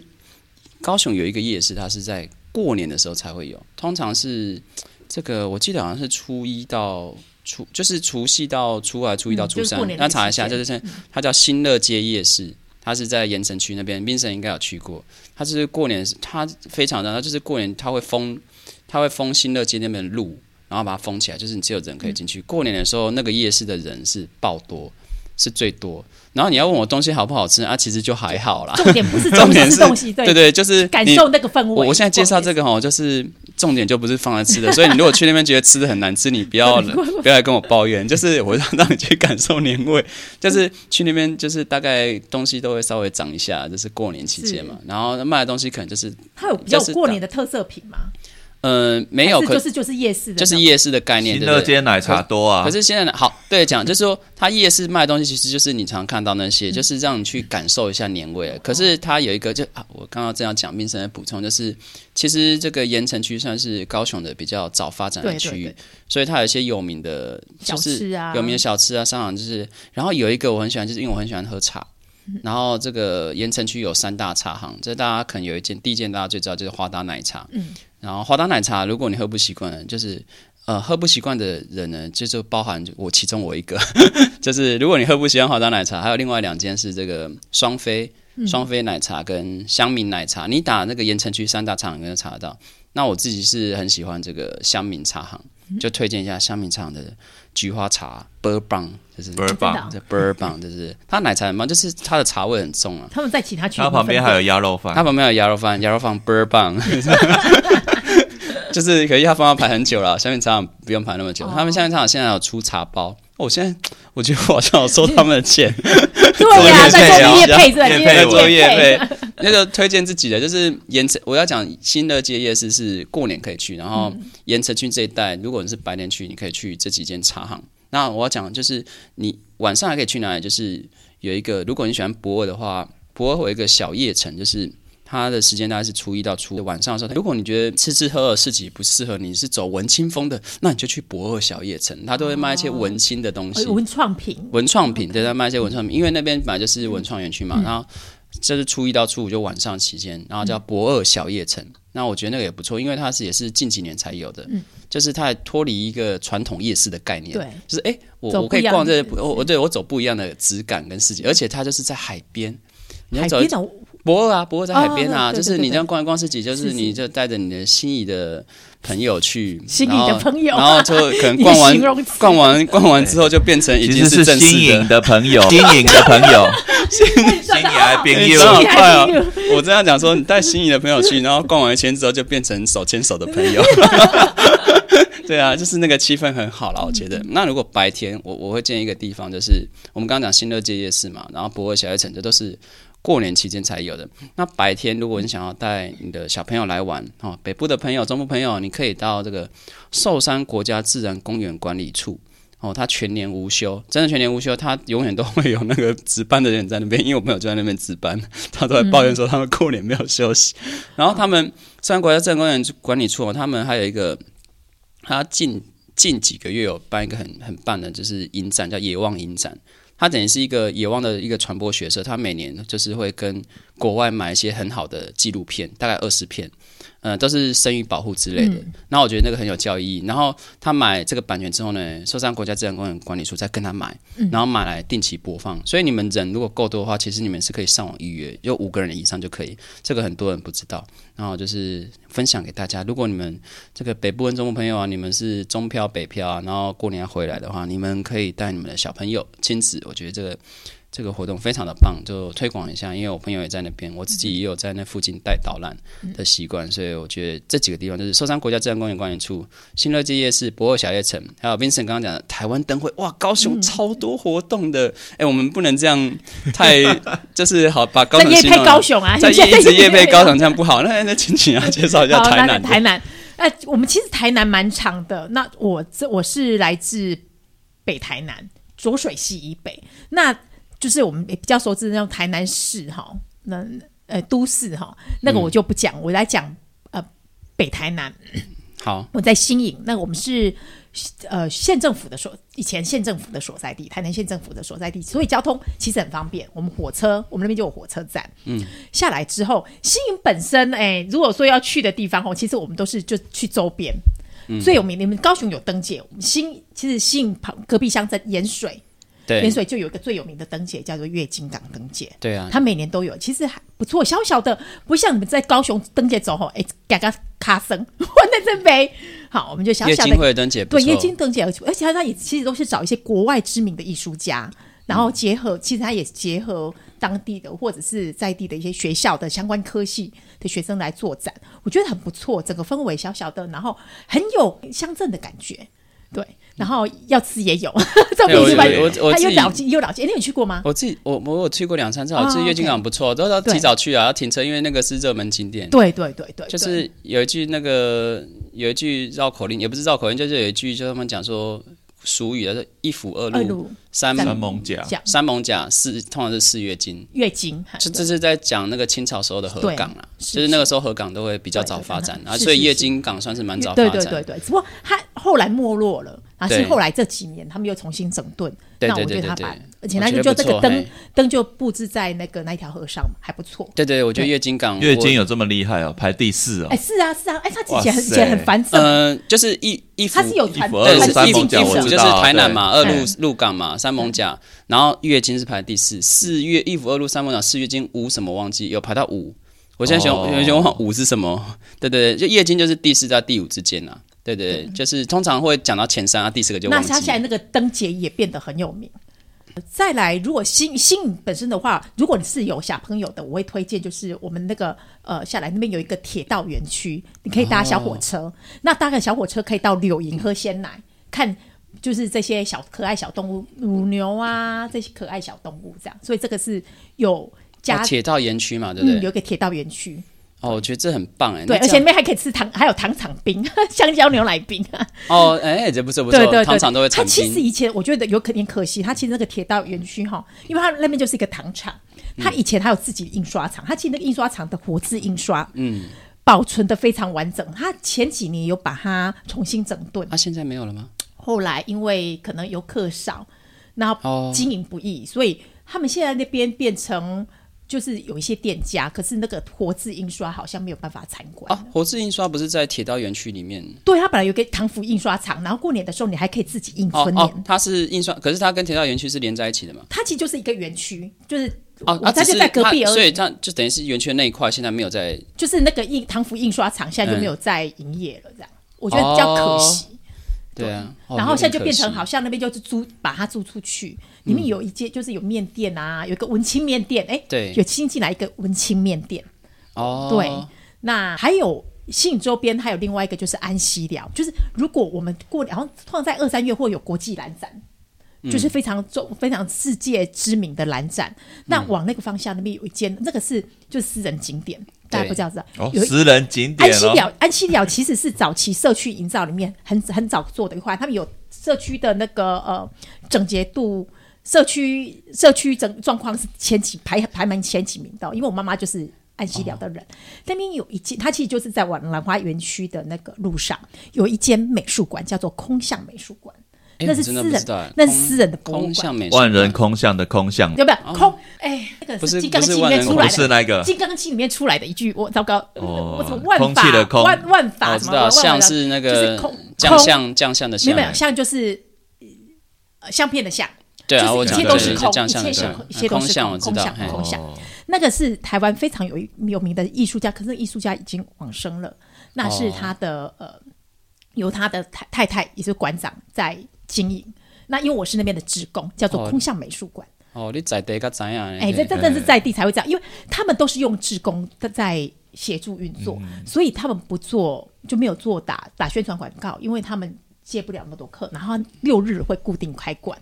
Speaker 1: 高雄有一个夜市，它是在过年的时候才会有，通常是这个我记得好像是初一到。初就是除夕到初二、初一到
Speaker 2: 嗯
Speaker 1: 初
Speaker 2: 就是
Speaker 1: 三
Speaker 2: 过，年那
Speaker 1: 那
Speaker 2: 个
Speaker 1: 查一
Speaker 2: 时
Speaker 1: 下，
Speaker 2: 间
Speaker 1: 就
Speaker 2: 嗯
Speaker 1: 是它叫新乐街夜市，它是在盐城区那边，Vincent 应该有去过。它就是过年，它非常的，它就是过年，它会封，它会封新乐街那边的路，然后把它封起来，就是你只有人可以进去。过年的时候，那个夜市的人是爆多，是最多。然后你要问我东西好不好吃啊，其实就还好啦。
Speaker 2: <laughs> 重点不是
Speaker 1: <laughs> 重
Speaker 2: 重
Speaker 1: 点
Speaker 2: 点
Speaker 1: 是
Speaker 2: 是东西，
Speaker 1: 对
Speaker 2: 对，
Speaker 1: 对，就是
Speaker 2: 感
Speaker 1: 你
Speaker 2: 受那个氛围。
Speaker 1: 我我现在介绍这
Speaker 2: 个，
Speaker 1: 个哈，就是重点就不是放在吃的，所以你如果去那边觉得吃的很难吃，你不
Speaker 2: <laughs>
Speaker 1: 要不要来跟我抱怨，就是我让让你去感受年味，就是去那边就是大概东西都会稍微涨一下，就是过年期间嘛，然后卖的东西可能就是
Speaker 2: 它有比较
Speaker 1: 就是
Speaker 2: 过年的特色品吗？
Speaker 1: 呃没有，
Speaker 2: 还是
Speaker 1: 可
Speaker 2: 就是就是夜市的那
Speaker 1: 就
Speaker 2: 种，
Speaker 1: 是夜市的概念，
Speaker 3: 新
Speaker 1: 对
Speaker 3: 乐
Speaker 1: 不对？
Speaker 3: 街奶茶多啊，
Speaker 1: 可是现在呢好对讲，就是说它夜市卖的东西，其实就是你常看到那
Speaker 2: 嗯
Speaker 1: 些，就是让你去感受一下年味。可是它有一个就啊，我刚刚这样讲，民生来补充，就是其实这个盐城区算是高雄的比较早发展的
Speaker 2: 对
Speaker 1: 区
Speaker 2: 对
Speaker 1: 域
Speaker 2: 对，，
Speaker 1: 所以它有一些有名的，
Speaker 2: 小
Speaker 1: 就是
Speaker 2: 吃啊，
Speaker 1: 有名的小吃啊，商场就是，然后有一个我很喜欢，就是因为我很喜欢喝茶。
Speaker 2: 嗯
Speaker 1: 然后这个盐城区有三大茶行，这大家可能有一间，第一间大家最知道就是华达奶茶。嗯，然后华达奶茶，如果你喝不习惯，就是呃，喝不习惯的人呢，这就包含我其中我一个，就是如果你喝不习惯华山奶茶，还有另外两间是这个双飞
Speaker 2: 嗯
Speaker 1: 双飞奶茶跟香茗奶茶，你打那个盐城区三大茶行都查得到。那我自己是很喜欢这个香茗茶
Speaker 2: 嗯
Speaker 1: 行，就推荐一下香茗茶行的菊花茶 b u r b o n 就是
Speaker 3: 倍儿
Speaker 2: 知
Speaker 3: 棒
Speaker 2: 道。
Speaker 1: 这 b u r b o n 就是它奶茶很棒，就是它的茶味很重啊。
Speaker 2: 他们在其他区
Speaker 3: 它旁边还有鸭肉
Speaker 1: 它
Speaker 3: 饭，
Speaker 1: 旁边有鸭肉饭，鸭肉饭倍儿棒， <laughs>
Speaker 2: <laughs>
Speaker 1: 就是可以它方要排很久了，下面茶厂不用排那么久。
Speaker 2: 哦
Speaker 1: 他们下面茶厂现在有出茶包，哦我现在我觉得我好像有收他们的钱，
Speaker 2: 对呀、
Speaker 1: 在
Speaker 2: 在做
Speaker 1: 做
Speaker 2: 业
Speaker 1: 业
Speaker 2: 配，在
Speaker 3: 业配
Speaker 1: 在做业
Speaker 2: 业配，
Speaker 1: 费。 <laughs> 那个推荐自己的就是盐城，我要讲新乐街夜市是过年可以去，然后盐城区这一带，如果你是白天去，你可以去这几间茶行。那我要讲的就是你晚上还可以去哪里？就是有一个，如果你喜欢博尔的话，博尔有一个小夜城，就是它的时间大概是初一到初五晚上的时候。如果你觉得吃吃喝喝市集不适合你，是走文青风的，那你就去博尔小夜城，它都会卖一些哦文青的东西。
Speaker 2: 哎文创品，
Speaker 1: 文创品，对，在卖一些文
Speaker 2: 嗯
Speaker 1: 创品，因为那边本来就是文创园区嘛，然后这是初一到初五就晚上期间，然后叫博二小夜
Speaker 2: 嗯
Speaker 1: 城。那我觉得那个也不错，因为它是也是近几年才有的，就是它还脱离一个传统夜市的概念，
Speaker 2: 对，
Speaker 1: 就是哎、诶我
Speaker 2: 走
Speaker 1: 我可以
Speaker 2: 不一样
Speaker 1: 逛这
Speaker 2: 的，
Speaker 1: 我我对我走不一样的质感跟世界，而且它就是在海边，你要
Speaker 2: 海
Speaker 1: 走
Speaker 2: 边的
Speaker 1: 博二啊，博二在海边啊，
Speaker 2: 哦对
Speaker 1: 就是
Speaker 2: 对对
Speaker 1: 你这样逛来逛去，就是是
Speaker 2: 是
Speaker 1: 你就带着你的心仪的朋友去，
Speaker 2: 心仪的
Speaker 1: 然后
Speaker 2: 朋友
Speaker 1: 然后就可能
Speaker 2: <laughs> 你的
Speaker 1: 逛
Speaker 2: 形
Speaker 1: 完
Speaker 2: 容词
Speaker 1: 逛完逛完之后就变成已
Speaker 3: 其
Speaker 1: 经
Speaker 3: 实
Speaker 1: 正
Speaker 3: 新
Speaker 1: 式的
Speaker 3: 颖。的朋友， <laughs> 新颖的朋友，新颖还
Speaker 1: 哎
Speaker 3: 变
Speaker 1: 你
Speaker 3: 业
Speaker 1: 真的好
Speaker 3: 务，
Speaker 1: 快啊！我这样讲说，你带心仪的朋友去，然后逛完一圈之后就变成手牵手的朋友。 <laughs> 对啊，就是那个气氛很好啦，我觉得。那如果白天，我我会建议一个地方，就是我们刚刚讲新乐街夜市嘛，然后博尔小夜城，这都是过年期间才有的。那白天，如果你想要带你的小朋友来玩，哦，北部的朋友、中部朋友，你可以到这个寿山国家自然公园管理处。哦，它全年无休，真的全年无休，它永远都会有那个值班的人在那边，因为我朋友就在那边值班，他都在抱怨说他们过年没有休息。然后他们虽然国家自然公园管理处，哦他们还有一个，他近近几个月有办一个很很棒的，就是影展，叫野望影展。它等于是一个野望的一个传播学社，它每年就是会跟国外买一些很好的纪录片，大概二十片，呃，都是生育保护之类的。然后我觉得那个很有教育意义。然后他买这个版权之后呢，寿山国家自然公园管理处再跟他买，然后买来定期播放。所以你们人如果够多的话，其实你们是可以上网预约，有五个人以上就可以。这个很多人不知道，然后就是分享给大家。如果你们这个北部跟中部朋友啊，你们是中漂、北漂啊，然后过年要回来的话，你们可以带你们的小朋友、亲子，我觉得这个这个活动非常的棒，就推广一下。因为我朋友也在那边，我自己也有在那附近带导览的习惯，所以我觉得这几个地方就是寿山国家自然公园管理处、新乐街夜市、博尔小夜城，还有 Vincent 刚刚讲的台湾灯会，哇，高雄超多活动的。哎、我们不能这样太就是好把高
Speaker 2: 在
Speaker 1: 雄
Speaker 2: 业
Speaker 1: 形容
Speaker 2: 配高雄啊，
Speaker 1: 在
Speaker 2: <laughs> 现在
Speaker 1: 一直夜配高。雄这样不好，那那请请要介绍一下
Speaker 2: 好，
Speaker 1: 台
Speaker 2: 那
Speaker 1: 南的
Speaker 2: 台南，呃，我们其实台南蛮长的。那我这我是来自北台南浊水溪以北，那就是我们比较熟知的那种台南市哈，那呃都市哈，那个
Speaker 1: 嗯
Speaker 2: 我就不讲，我来讲呃北台南。
Speaker 1: 好，
Speaker 2: 我在新营，那我们是呃县政府的所，以前县政府的所在地，台南县政府的所在地，所以交通其实很方便。我们火车，我们那边就有火车站，嗯，下来之后，新营本身，哎，如果说要去的地方哦，其实我们都是就去周边。所以我们你们高雄有灯节，我们新其实新营旁隔壁乡镇盐水，
Speaker 1: 对
Speaker 2: 盐，水就有一个最有名的灯节叫做月经港灯节，
Speaker 1: 对啊，
Speaker 2: 它每年都有，其实还不错，小小的，不像你们在高雄灯节走吼，哎、嘎嘎咔声， <laughs> 我那真没。好，我们就小
Speaker 1: 夜
Speaker 2: 小
Speaker 1: 经
Speaker 2: 的，
Speaker 1: 会灯节不
Speaker 2: 对，
Speaker 1: 错
Speaker 2: 夜经灯节，而且它也其实都是找一些国外知名的艺术家，然后结合，其实它也结合当地的或者是在地的一些学校的相关科系的学生来作展，我觉得很不错，整个氛围小小的，然后很有乡镇的感觉，对。然后要吃也有， <laughs> 这
Speaker 1: 对
Speaker 2: 不
Speaker 1: 我
Speaker 2: 是
Speaker 1: 觉
Speaker 2: 吧
Speaker 1: 得我我
Speaker 2: 它
Speaker 1: 自
Speaker 2: 又
Speaker 1: 己
Speaker 2: 老街又老街，哎，你有去过吗？
Speaker 1: 我自己我我有去过两三次，我
Speaker 2: 哦
Speaker 1: 自己月经港
Speaker 2: OK
Speaker 1: 不错，都要
Speaker 2: 对
Speaker 1: 提早去啊，要停车，因为那个是热门景点。
Speaker 2: 对对对对，
Speaker 1: 就
Speaker 2: 对
Speaker 1: 是有一句那个有一句绕口令，也不是绕口令，就是有一句，就是他们讲说俗语的，说一府二
Speaker 2: 二
Speaker 1: 路
Speaker 2: 路
Speaker 1: 三
Speaker 3: 三猛甲，
Speaker 2: 讲
Speaker 1: 三猛甲四，通常是四月经。
Speaker 2: 月经，
Speaker 1: 就
Speaker 2: 对
Speaker 1: 这是在讲那个清朝时候的河
Speaker 2: 对
Speaker 1: 港啦，
Speaker 2: 是
Speaker 1: 就是那个时候河港都会比较早
Speaker 2: 对对
Speaker 1: 发展
Speaker 2: 对
Speaker 1: 啊，
Speaker 2: 是
Speaker 1: 所以
Speaker 2: 是
Speaker 1: 夜
Speaker 2: 是
Speaker 1: 经港算是蛮早发
Speaker 2: 对
Speaker 1: 展。
Speaker 2: 对对对，只不过它后来没落了，而是
Speaker 1: 对
Speaker 2: 后来这几年他们又重新整顿。
Speaker 1: 对
Speaker 2: 那我
Speaker 1: 对
Speaker 2: 觉
Speaker 1: 对
Speaker 2: 得他
Speaker 1: 对
Speaker 2: 把
Speaker 1: 对，
Speaker 2: 而且
Speaker 1: 我
Speaker 2: 那
Speaker 1: 觉
Speaker 2: 个
Speaker 1: 得
Speaker 2: 就
Speaker 1: 不
Speaker 2: 这个
Speaker 1: 错
Speaker 2: 灯
Speaker 1: 嘿
Speaker 2: 灯就布置在那个那一条河上，还不错。
Speaker 1: 对对，我觉得
Speaker 2: 对
Speaker 1: 月经港，
Speaker 3: 月经
Speaker 1: 我，
Speaker 3: 有这么厉害哦，排第四哦
Speaker 2: 哎，，是啊是啊，哎，他以
Speaker 3: 哇
Speaker 2: 前很以
Speaker 3: 塞
Speaker 2: 前很繁盛，
Speaker 1: 呃，就是一一服
Speaker 2: 他是有传
Speaker 3: 一服
Speaker 2: 统
Speaker 3: 二
Speaker 1: 对，
Speaker 3: 路
Speaker 2: 传
Speaker 1: 是
Speaker 3: 三
Speaker 1: 一
Speaker 3: 艋
Speaker 1: 府
Speaker 2: 统
Speaker 3: 甲
Speaker 1: 一
Speaker 2: 精
Speaker 3: 我
Speaker 1: 府
Speaker 2: 神
Speaker 3: 知
Speaker 1: 就
Speaker 3: 道啊
Speaker 1: 是台南嘛，
Speaker 2: 对
Speaker 1: 二鹿
Speaker 2: 嗯
Speaker 1: 鹿港嘛，三艋甲，然后月经是排第四，四月一府二鹿三艋甲，四月经五什么忘记，有排到五。我现在想，
Speaker 3: 哦
Speaker 1: 有想问五是什么？对对对，就月经就是第四到第五之间啊。对对，对就是通常会讲到前三啊，第四个就
Speaker 2: 那
Speaker 1: 忘记
Speaker 2: 他
Speaker 1: 了。
Speaker 2: 现在那个灯节也变得很有名。再来，如果新新颖本身的话，如果你是有小朋友的，我会推荐就是我们那个呃下来那边有一个铁道园区，你可以搭小火车。那搭个小火车可以到柳营喝鲜奶，看就是这些小可爱小动物，乳牛啊这些可爱小动物这样。所以这个是有
Speaker 1: 哦
Speaker 2: 家、
Speaker 1: 铁道园区嘛，对不
Speaker 2: 嗯有
Speaker 1: 对？
Speaker 2: 一个铁道园区，
Speaker 1: 哦，我觉得这很棒哎。
Speaker 2: 对，
Speaker 1: 那
Speaker 2: 而
Speaker 1: 这
Speaker 2: 且
Speaker 1: 样
Speaker 2: 那边还可以吃糖，还有糖厂冰、 <laughs> 香蕉牛奶冰。
Speaker 1: 哦，哎，这不错不
Speaker 2: 对
Speaker 1: 错，
Speaker 2: 对
Speaker 1: 糖
Speaker 2: 对，
Speaker 1: 厂都会
Speaker 2: 它
Speaker 1: 产
Speaker 2: 其实
Speaker 1: 品。
Speaker 2: 以前我觉得有可点可惜，它其实那个铁道园区哈，因为它那边就是一个糖厂，
Speaker 1: 嗯
Speaker 2: 它以前它有自己的印刷厂，它其实那个印刷厂的活字印刷，嗯，保存的非常完整。它前几年有把它重新整顿，
Speaker 1: 啊，现在没有了吗？
Speaker 2: 后来因为可能游客少，然后
Speaker 1: 哦
Speaker 2: 经营不易，所以他们现在那边变成。就是有一些店家，可是那个活字印刷好像没有办法参观。
Speaker 1: 啊，活字印刷不是在铁道园区里面？
Speaker 2: 对，它本来有个唐福印刷厂，然后过年的时候你还可以自己印
Speaker 1: 哦
Speaker 2: 春联。
Speaker 1: 哦，它是印刷，可是它跟铁道园区是连在一起的嘛？
Speaker 2: 它其实就是一个园区，就是
Speaker 1: 哦，
Speaker 2: 我
Speaker 1: 啊
Speaker 2: 在
Speaker 1: 只
Speaker 2: 就是在隔壁
Speaker 1: 它
Speaker 2: 而
Speaker 1: 所
Speaker 2: 已，
Speaker 1: 以它就等于是园区的那一块，现在没有在
Speaker 2: 就是那个印唐福印刷厂现在就
Speaker 1: 嗯
Speaker 2: 没有在营业了，这样、我觉得比较可惜。
Speaker 1: 对啊。哦
Speaker 2: 嗯然后现在就变成，
Speaker 1: 有点可
Speaker 2: 好像那边就是租，把它租出去，
Speaker 1: 嗯
Speaker 2: 里面有一间就是有面店啊，有一个文青面店，哎，
Speaker 1: 对
Speaker 2: 有新进来一个文青面店，
Speaker 1: 惜哦，
Speaker 2: 对，那还有。吸引周边还有另外一个就是安息寮，就是如果我们过然后放在二三月或有国际蓝展，就是非常重、非常世界知名的蓝展，那往那个方向那边有一间，那个是就是私人景点，大家
Speaker 1: 对
Speaker 2: 不知道知道，
Speaker 3: 哦，
Speaker 2: 有一
Speaker 3: 私人景点
Speaker 2: 安溪
Speaker 3: 哦，
Speaker 2: 寮，安溪寮其实是早期社区营造里面很很早做的一块，他们有社区的那个呃整洁度，社区社区整状况是前几排排名前几名的哦，因为我妈妈就是。安溪寮的人，
Speaker 1: 哦
Speaker 2: 那边有一间，它其实就是在往兰花园区的那个路上有一间美术馆，叫做空巷美术馆，
Speaker 1: 哎
Speaker 2: 那是
Speaker 1: 我真的
Speaker 2: 私
Speaker 1: 不
Speaker 2: 人
Speaker 1: 知道哎
Speaker 2: 那是
Speaker 1: 空
Speaker 2: 私人的博物
Speaker 1: 空
Speaker 2: 馆，
Speaker 1: 巷美术
Speaker 3: 万人空巷的空巷，哦
Speaker 2: 对不对？空哎，那个
Speaker 1: 不
Speaker 2: 是
Speaker 1: 是
Speaker 2: 《金刚
Speaker 1: 不
Speaker 2: 经
Speaker 1: 是》
Speaker 2: 里
Speaker 1: 万
Speaker 2: 面
Speaker 1: 人
Speaker 2: 出
Speaker 1: 空
Speaker 2: 来
Speaker 3: 不
Speaker 2: 的
Speaker 3: 是，那
Speaker 1: <laughs>
Speaker 3: 个，
Speaker 2: 《金刚经》里面出来的一句，我糟糕，呃
Speaker 3: 哦
Speaker 2: 我怎么万
Speaker 3: 空
Speaker 2: 法
Speaker 3: 气的空
Speaker 2: 万万法
Speaker 1: 哦我
Speaker 2: 什
Speaker 1: 知
Speaker 2: 么
Speaker 1: 道，
Speaker 2: 万法
Speaker 1: 像
Speaker 2: 的
Speaker 1: 是那
Speaker 2: 就是
Speaker 1: 个
Speaker 2: 空
Speaker 1: 将
Speaker 2: 空
Speaker 1: 相将相的
Speaker 2: 没有
Speaker 1: 相
Speaker 2: 没，有像就是呃相片的相，
Speaker 1: 对啊，
Speaker 2: 就是
Speaker 1: 我
Speaker 2: 一
Speaker 1: 讲
Speaker 2: 切
Speaker 1: 的
Speaker 2: 都
Speaker 1: 对
Speaker 2: 是
Speaker 1: 对
Speaker 2: 空，
Speaker 1: 将
Speaker 2: 一
Speaker 1: 相
Speaker 2: 切
Speaker 1: 的
Speaker 2: 是
Speaker 1: 相
Speaker 2: 空，一切都
Speaker 1: 空
Speaker 2: 是
Speaker 1: 巷
Speaker 2: 空，
Speaker 1: 我知
Speaker 2: 空
Speaker 1: 道
Speaker 2: 巷，
Speaker 1: 嘿
Speaker 2: 空
Speaker 3: 哦
Speaker 2: 巷，那个是台湾非常有有名的艺术家，可是艺术家已经往生了，那是他的
Speaker 1: 哦
Speaker 2: 呃，由他的太太太也是馆长在经营。那因为我是那边的职工，叫做
Speaker 1: 哦
Speaker 2: 空巷美术馆。
Speaker 1: 哦，你在地个怎样呢？
Speaker 2: 哎、这这真的是在地才会这样，因为他们都是用职工在在协助运作，
Speaker 1: 嗯
Speaker 2: 所以他们不做就没有做打打宣传广告，因为他们接不了那么多客，然后六日会固定开馆。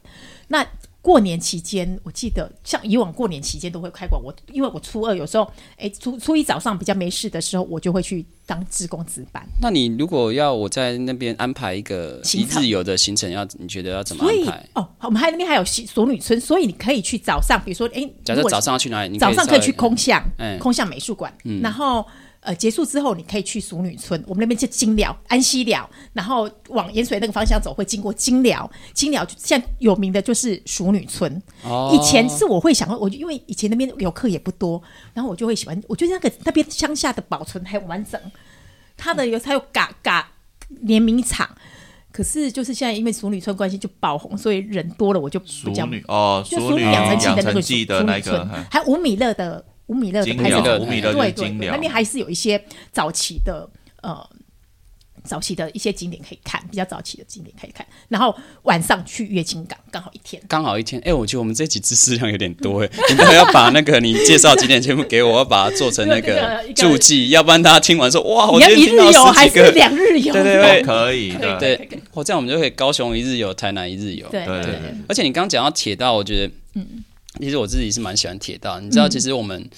Speaker 2: 那过年期间，我记得像以往过年期间都会开馆，我因为我初二有时候，哎、初初一早上比较没事的时候，我就会去当职工值班。
Speaker 1: 那你如果要我在那边安排一个一
Speaker 2: 行程
Speaker 1: 日游的行程，要你觉得要怎么
Speaker 2: 所
Speaker 1: 安
Speaker 2: 以
Speaker 1: 排？
Speaker 2: 哦，我们还有那边还有西索女村，所以你可以去早上，比如说，哎、
Speaker 1: 假
Speaker 2: 如
Speaker 1: 设
Speaker 2: 果
Speaker 1: 早上要去哪里？你
Speaker 2: 早上可以
Speaker 1: 稍微
Speaker 2: 去空巷，
Speaker 1: 嗯
Speaker 2: 空巷美术馆，然后呃结束之后你可以去熟女村，我们那边叫金寮、安溪寮，然后往盐水那个方向走会经过金寮，金寮就现在有名的就是熟女村。
Speaker 1: 哦
Speaker 2: 以前是我会想，我因为以前那边游客也不多，然后我就会喜欢，我觉得那个那边乡下的保存很完整，它的有它有嘎嘎联名场。可是就是现在因为熟女村关系就爆红，所以人多了我就
Speaker 3: 熟
Speaker 2: 比较
Speaker 3: 女哦，
Speaker 2: 就
Speaker 3: 熟
Speaker 2: 淑女
Speaker 3: 女
Speaker 2: 养成记的那个
Speaker 3: 记
Speaker 2: 淑
Speaker 3: 的
Speaker 2: 淑
Speaker 3: 那
Speaker 2: 女
Speaker 3: 个
Speaker 2: 村，
Speaker 3: 哎
Speaker 2: 还有五米勒的五米勒的
Speaker 3: 金
Speaker 2: 拍摄
Speaker 1: 寮
Speaker 2: 照
Speaker 1: 五米勒
Speaker 2: 对
Speaker 3: 就
Speaker 2: 对
Speaker 3: 是金
Speaker 2: 对，
Speaker 3: 寮
Speaker 2: 那边还是有一些早期的呃早期的一些景点可以看，比较早期的景点可以看。然后晚上去月清港，刚好一天。
Speaker 1: 刚好一天，哎、我觉得我们这集知识量有点多哎，你待会要把那个你介绍景点全部给我，我要把它做成那
Speaker 2: 这个
Speaker 1: 个
Speaker 2: <laughs> 一个
Speaker 1: 注记，要不然大家听完说哇，我
Speaker 2: 你要
Speaker 1: 今
Speaker 2: 一
Speaker 1: 天听
Speaker 2: 日
Speaker 1: 到
Speaker 2: 游还
Speaker 1: 十几
Speaker 2: 是
Speaker 1: 个，
Speaker 2: 两日游？
Speaker 1: 对对
Speaker 3: 都
Speaker 1: 对
Speaker 3: 哦可以的，
Speaker 2: 对
Speaker 1: 对，我这样我们就可以高雄一日游，台南一日游。
Speaker 2: 对
Speaker 3: 对
Speaker 2: 对
Speaker 3: 对
Speaker 2: 对
Speaker 3: 对
Speaker 1: 而且你刚刚讲到铁道，我觉得，
Speaker 2: 嗯
Speaker 1: 其实我自己是蛮喜欢铁道。你知道，其实我们、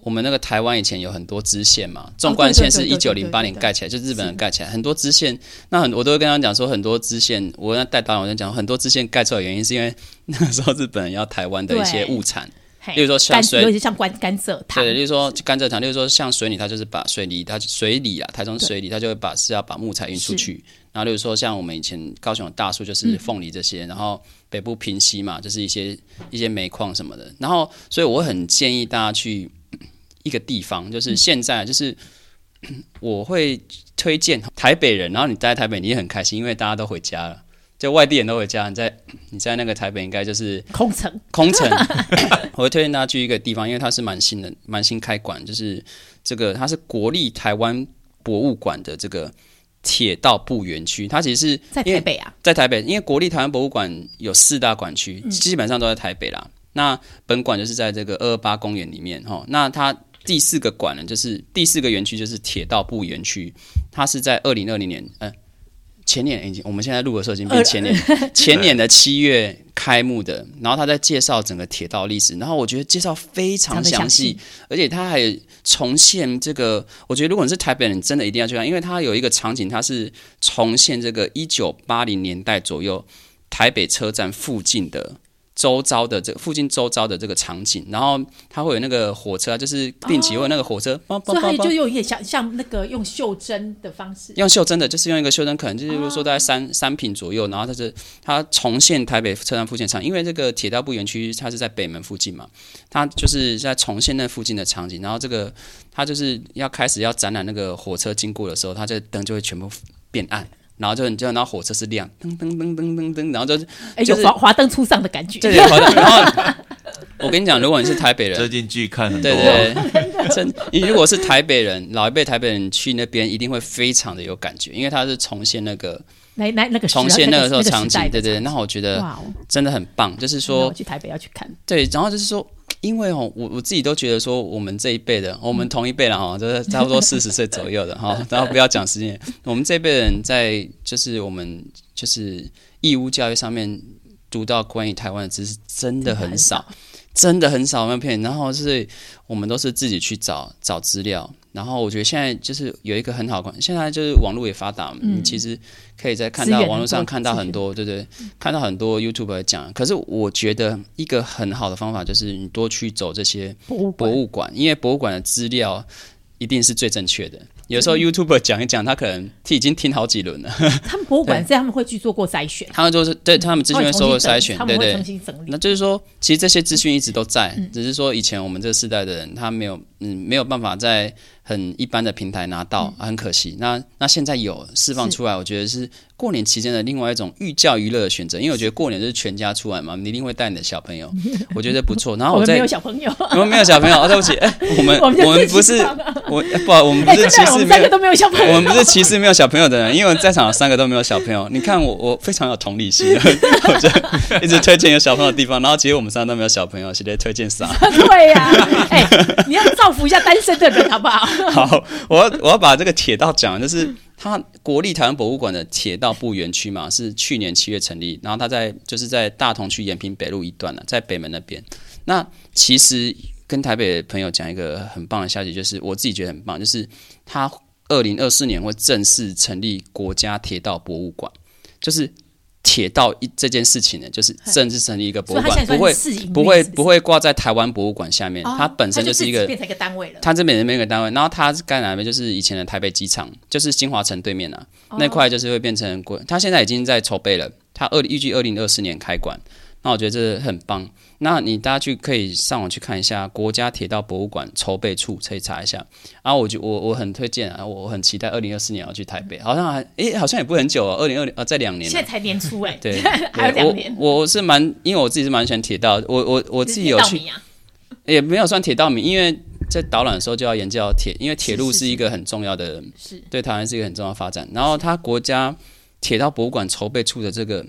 Speaker 1: 我们那个台湾以前有很多支线嘛，纵贯线是
Speaker 2: 哦对对
Speaker 1: 一
Speaker 2: 对
Speaker 1: 九
Speaker 2: 对
Speaker 1: 零
Speaker 2: 对
Speaker 1: 八
Speaker 2: 对
Speaker 1: 年
Speaker 2: 对
Speaker 1: 盖起来，就日本人盖起来，很多支线。那很我都会跟他讲说，很多支线，我那带导演我就讲，很多支线盖出来的原因是因为那个时候日本人要台湾的一些
Speaker 2: 对哎
Speaker 1: 物产。
Speaker 2: 嘿
Speaker 1: 例如说像
Speaker 2: 甘
Speaker 1: 水
Speaker 2: 尤其像甘甘蔗糖，
Speaker 1: 对，例如说甘蔗糖，例如说像水泥，它就是把水泥，它水泥啊，台中水泥，它就会把是要把木材运出去。然后，例如说像我们以前高雄的大树就是凤梨这些，然后北部平溪嘛，就是一些一些煤矿什么的。然后，所以我很建议大家去嗯一个地方，就是现在就是。 <clears throat> 嗯我会推荐台北人，然后你待在台北，你也很开心，因为大家都回家了，就外地人都回家。你在你在那个台北，应该就是
Speaker 2: 空城
Speaker 1: 空城， <laughs> 我会推荐大家去一个地方，因为它是蛮新的，蛮新开馆，就是这个它是国立台湾博物馆的这个铁道部园区，它其实是
Speaker 2: 在
Speaker 1: 因
Speaker 2: 台
Speaker 1: 为
Speaker 2: 北啊，
Speaker 1: 在台北，因为国立台湾博物馆有四大馆区，
Speaker 2: 嗯
Speaker 1: 基本上都在台北啦。那本馆就是在这个二二八公园里面哈。那它第四个馆呢，就是第四个园区就是铁道部园区，它是在二零二零年，呃，前年已经，我们现在录的时候已经变前年，
Speaker 2: <laughs>
Speaker 1: 前年的七月开幕的。然后他在介绍整个铁道历史，然后我觉得介绍非常
Speaker 2: 非常
Speaker 1: 详
Speaker 2: 详细
Speaker 1: 细，而且他还有重现这个，我觉得如果你是台北人，你真的一定要去看，因为它有一个场景，它是重现这个一九八零年代左右台北车站附近的周遭的这附近周遭的这个场景，然后它会有那个火车啊，就是定期会有那个火车，叭叭
Speaker 2: 哦所以
Speaker 1: 叭
Speaker 2: 它
Speaker 1: 叭
Speaker 2: 就有点像像那个用袖珍的方式，
Speaker 1: 用袖珍的，就是用一个袖珍，可能就是比如说大概三、三品左右，然后它是它重现台北车站附近的场景，因为这个铁道部园区它是在北门附近嘛，它就是在重现那附近的场景，然后这个它就是要开始要展览那个火车经过的时候，它这灯就会全部变暗，然后就你就然后火车是亮，噔噔噔噔噔噔，然后就
Speaker 2: 哎，
Speaker 1: 就
Speaker 2: 有
Speaker 1: 是
Speaker 2: 华华灯初上的感觉。
Speaker 1: <laughs> 这就好了。然后我跟你讲，如果你是台北人，
Speaker 3: 最近剧看很多，
Speaker 1: 对对，真，你 <laughs> 如果是台北人，老一辈台北人去那边一定会非常的有感觉，因为它是重现那个
Speaker 2: 来来那个时
Speaker 1: 重现那
Speaker 2: 那
Speaker 1: 个时候场景，
Speaker 2: 代的
Speaker 1: 对对对。那我觉得
Speaker 2: 哇哦，
Speaker 1: 真的很棒，就是
Speaker 2: 那
Speaker 1: 说
Speaker 2: 我去台北要去看，
Speaker 1: 对，然后就是说，因为哦，我我自己都觉得说，我们这一辈的，我们同一辈了哈，就是差不多四十岁左右 <laughs> 的哈，然后不要讲时间，我们这一辈人在就是我们就是义务教育上面读到关于台湾的知识真的很少，真的很少，没有骗你。然后是我们都是自己去找找资料。然后我觉得现在就是有一个很好的关，现在就是网络也发达，你其实可以在看到
Speaker 2: 嗯资源
Speaker 1: 网络上
Speaker 2: 很多
Speaker 1: 看到
Speaker 2: 资源
Speaker 1: 很多，对对，看到很多 YouTube 讲。可是我觉得一个很好的方法就是你多去走这些
Speaker 2: 博物
Speaker 1: 博
Speaker 2: 馆，
Speaker 1: 物馆，因为博物馆的资料一定是最正确的。有时候 YouTube 讲一讲，他可能他已经听好几轮了，
Speaker 2: 他们博物馆在他们会去做过筛选，
Speaker 1: 他们就是对他们资
Speaker 2: 他
Speaker 1: 讯
Speaker 2: 们
Speaker 1: 会
Speaker 2: 会
Speaker 1: 做
Speaker 2: 重
Speaker 1: 过
Speaker 2: 新整
Speaker 1: 筛
Speaker 2: 理
Speaker 1: 选
Speaker 2: 他，
Speaker 1: 对
Speaker 2: 们会
Speaker 1: 对
Speaker 2: 重。新整理
Speaker 1: 那。就是说，其实这些资讯一直都在，
Speaker 2: 嗯
Speaker 1: 只是说以前我们这个世代的人，他没有嗯没有办法在很一般的平台拿到，啊很可惜。那那现在有释放
Speaker 2: 嗯是
Speaker 1: 出来，我觉得是过年期间的另外一种寓教于乐的选择，因为我觉得过年就是全家出来嘛，你一定会带你的小朋
Speaker 2: <laughs>
Speaker 1: 友，我觉得不错。然后
Speaker 2: 我们
Speaker 1: 在
Speaker 2: 没有小朋
Speaker 1: <laughs>
Speaker 2: 友，
Speaker 1: 我们没有小朋友，啊，对不起，哎，我们
Speaker 2: <laughs> 我们就
Speaker 1: 我们
Speaker 2: 自己
Speaker 1: 不是
Speaker 2: 上啊
Speaker 1: 我不好，我们不
Speaker 2: 哎，
Speaker 1: 是
Speaker 2: 真
Speaker 1: 歧
Speaker 2: 的，我
Speaker 1: 视
Speaker 2: 们
Speaker 1: 没
Speaker 2: 三
Speaker 1: 有
Speaker 2: 个都没有小朋
Speaker 1: 我
Speaker 2: 友
Speaker 1: 们。不是歧视没有小朋友的人，因为在场有三个都没有小朋友。你看我， <laughs> 我非常有同理心， <laughs> 我就一直推荐有小朋友的地方。然后其实我们三个都没有小朋友，谁在推荐啥？
Speaker 2: <laughs> 对呀，哎，你要造福一下单身的人好
Speaker 1: <laughs>
Speaker 2: 不好？
Speaker 1: 好，我要我要把这个铁道讲，就是它国立台湾博物馆的铁道部园区嘛，是去年七月成立，然后它在就是在大同区延平北路一段了、在北门那边。那其实跟台北的朋友讲一个很棒的消息，就是我自己觉得很棒，就是它二零二四年会正式成立国家铁道博物馆，就是。铁道一这件事情呢，就是正式成立一个博
Speaker 2: 所
Speaker 1: 物
Speaker 2: 以他
Speaker 1: 馆，
Speaker 2: 现在
Speaker 1: 不
Speaker 2: 算
Speaker 1: 会
Speaker 2: 是营运
Speaker 1: 不会
Speaker 2: 是不是
Speaker 1: 不会挂在台湾博物馆下面，它
Speaker 2: 哦
Speaker 1: 本身
Speaker 2: 它就
Speaker 1: 就是一个
Speaker 2: 自己变成一个单位了。
Speaker 1: 它这边没有一个单位，然后它是干哪边？就是以前的台北机场，就是新华城对面啊、
Speaker 2: 哦
Speaker 1: 那块，就是会变成国。它现在已经在筹备了，它二预计二零二四年开馆。那我觉得这很棒。那你大家去可以上网去看一下国家铁道博物馆筹备处，可以查一下。然后我就我我很推荐啊，我我很期待二零二四年要去台北，好像还诶、好像也不很久哦，二零二零啊，在两年
Speaker 2: 嗯现
Speaker 1: 了。
Speaker 2: 在才年初哎，
Speaker 1: 对，
Speaker 2: <laughs> 还有
Speaker 1: 对
Speaker 2: 两年。
Speaker 1: 我我是蛮，因为我自己是蛮喜欢铁道，我我我
Speaker 2: 我
Speaker 1: 自己有去，
Speaker 2: 啊
Speaker 1: <laughs> 也没有算铁道迷，因为在导览的时候就要研究到铁，因为铁路
Speaker 2: 是是
Speaker 1: 是一个很重要的，
Speaker 2: 是
Speaker 1: 对台湾是一个很重要的发展。然后它国家铁道博物馆筹备处的这个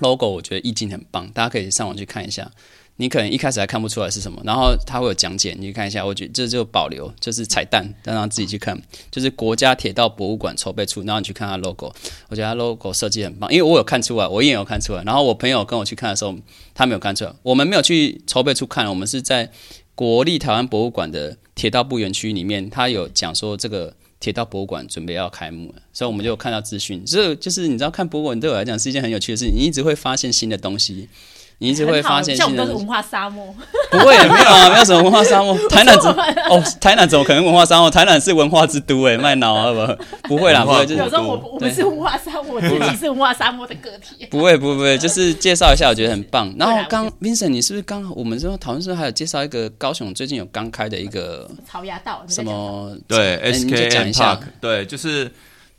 Speaker 1: logo，我觉得意境很棒，大家可以上网去看一下。你可能一开始还看不出来是什么，然后它会有讲解，你去看一下。我觉得这就保留，就是彩蛋，让他自己去看。就是国家铁道博物馆筹备处，然后你去看它 logo，我觉得它 logo 设计很棒，因为我有看出来，我一眼有看出来。然后我朋友跟我去看的时候，他没有看出来。我们没有去筹备处看，我们是在国立台湾博物馆的铁道部园区里面，他有讲说这个铁道博物馆准备要开幕了，所以我们就有看到资讯。这就是你知道看博物馆对我来讲是一件很有趣的事情，你一直会发现新的东西。你一直会
Speaker 2: 很好
Speaker 1: 发现
Speaker 2: 像我
Speaker 1: 新
Speaker 2: 们都
Speaker 1: 的
Speaker 2: 是文化沙漠，
Speaker 1: 不会，没有
Speaker 3: <laughs>
Speaker 1: 啊，没有什么文化沙漠。台南怎么哦？台南怎么可能文化沙漠？台南是文化之都哎，卖脑啊不？不
Speaker 3: <laughs>
Speaker 1: 会啦，
Speaker 3: 文
Speaker 1: 不
Speaker 3: 化
Speaker 1: 会，就是
Speaker 2: 有时候我
Speaker 3: 对
Speaker 2: 我们是文化沙漠，我自己是文化沙漠的个体。 <laughs>
Speaker 1: 不会，不会，不会，就是介绍一下，我觉得很棒。然
Speaker 2: 对
Speaker 1: 后
Speaker 2: 啊
Speaker 1: 刚 Vincent，你是不是刚好我们之后讨论是不是还有介绍一个高雄最近有刚开的一个
Speaker 2: 草芽道你在
Speaker 1: 什
Speaker 2: 讲
Speaker 1: 么？
Speaker 3: 对
Speaker 1: 哎你就讲一
Speaker 3: SKN
Speaker 1: 下
Speaker 3: Park，对，就是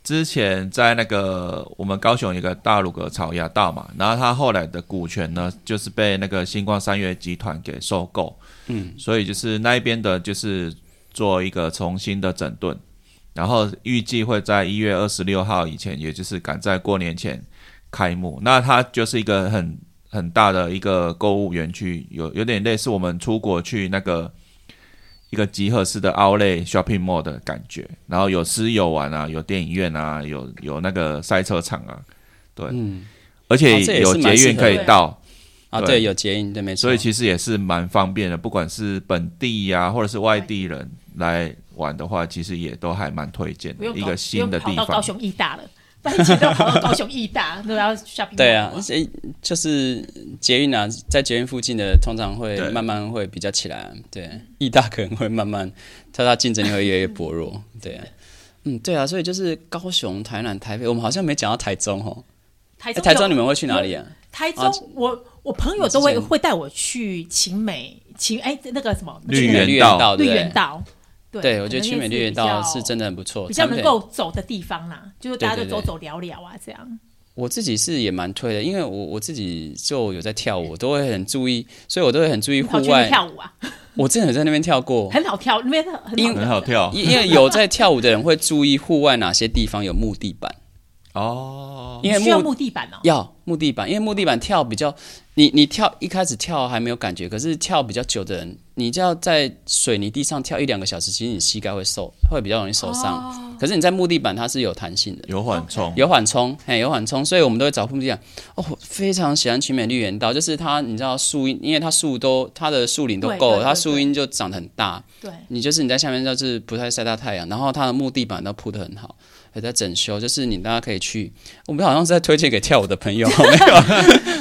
Speaker 3: 之前在那个我们高雄有一个大鲁阁草衙道嘛，然后他后来的股权呢，就是被那个星光三月集团给收购，嗯，所以就是那一边的，就是做一个重新的整顿，然后预计会在一月二十六号以前，也就是赶在过年前开幕。那它就是一个很很大的一个购物园区，有有点类似我们出国去那个一个集合式的 Outlet Shopping Mall 的感觉，然后有吃有玩啊，有电影院啊，有有那个赛车场啊，对，而
Speaker 1: 哦这也
Speaker 3: 且
Speaker 1: 是
Speaker 3: 有
Speaker 1: 蛮
Speaker 3: 捷
Speaker 1: 适
Speaker 3: 运
Speaker 1: 合
Speaker 3: 可以
Speaker 2: 的
Speaker 3: 到。
Speaker 1: 啊，
Speaker 3: 对
Speaker 1: 对，有捷运，对，没错。
Speaker 3: 所以其实也是蛮方便的，不管是本地呀、或者是外地人来玩的话，其实也都还蛮推荐
Speaker 2: 不
Speaker 3: 的
Speaker 2: 用
Speaker 3: 一
Speaker 2: 跑
Speaker 3: 个新的
Speaker 2: 不
Speaker 3: 地
Speaker 2: 用跑到高
Speaker 3: 方。
Speaker 2: 雄义大了， <laughs> 搬家都跑到高雄义大， <laughs> 都要 shopping mall
Speaker 1: 对啊，
Speaker 2: 了
Speaker 1: 诶就是捷运啊，在捷运附近的通常会
Speaker 3: 对
Speaker 1: 慢慢会比较起来，对，义大可能会慢慢，它它竞争力会越来越薄弱，对啊，嗯，对啊，所以就是高雄、台南、台北，我们好像没讲到台中哦，
Speaker 2: 台
Speaker 1: 诶
Speaker 2: 哎中
Speaker 1: 台
Speaker 2: 有
Speaker 1: 中你们会去哪里啊？
Speaker 2: 台
Speaker 1: 啊
Speaker 2: 中，我我朋友都
Speaker 1: 之
Speaker 2: 会
Speaker 1: 前
Speaker 2: 会带我去晴美晴哎那个什么
Speaker 3: 绿
Speaker 2: 那个
Speaker 3: 园
Speaker 1: 绿
Speaker 3: 道
Speaker 1: 道，
Speaker 2: 绿
Speaker 1: 对不对
Speaker 2: 园，道，对
Speaker 1: 对我觉得
Speaker 2: 可
Speaker 1: 去
Speaker 2: 能
Speaker 1: 美
Speaker 2: 也
Speaker 1: 绿园道是真
Speaker 2: 的
Speaker 1: 的很不错，
Speaker 2: 比较
Speaker 1: 台
Speaker 2: 能
Speaker 1: 北
Speaker 2: 够走的地方啦，就是大家
Speaker 1: 对对
Speaker 2: 就走
Speaker 1: 对
Speaker 2: 走聊聊啊这样。
Speaker 1: 我自己是也蛮推的，因为我我自己就有在跳舞，我都会很注意，所以我都会很注意
Speaker 2: 你
Speaker 1: 户
Speaker 2: 跑去那
Speaker 1: 外
Speaker 2: 边。跳舞啊，
Speaker 1: 我真的有在那边跳过，
Speaker 2: 很好跳，那边很好
Speaker 1: 因
Speaker 3: 很好跳
Speaker 1: 因因为有在跳舞的人会注意户外哪些地方有木地板，
Speaker 3: 哦，
Speaker 1: 因为
Speaker 2: 需要
Speaker 1: 木
Speaker 2: 木地板哦，
Speaker 1: 要木地板，因为木地板跳比较，你你跳一开始跳还没有感觉，可是跳比较久的人，你就要在水泥地上跳一两个小时，其实你膝盖会受，会比较容易受伤。
Speaker 2: 哦
Speaker 1: 可是你在木地板它是有弹性的，
Speaker 3: 有缓冲，
Speaker 1: 有缓冲，嘿，有缓冲，所以我们都会找木地板。哦，我非常喜欢群美绿园道，就是它，你知道树荫，因为它树都它的树林都
Speaker 2: 对
Speaker 1: 够
Speaker 2: 对
Speaker 1: 了，它
Speaker 2: 对
Speaker 1: 树
Speaker 2: 对
Speaker 1: 荫就长得很大，
Speaker 2: 对，
Speaker 1: 你就是你在下面就是不太晒到太阳，然后它的木地板都铺得很好，还在整修，就是你大家可以去。我们好像是在推荐给跳舞的朋友， <laughs> 没有啊，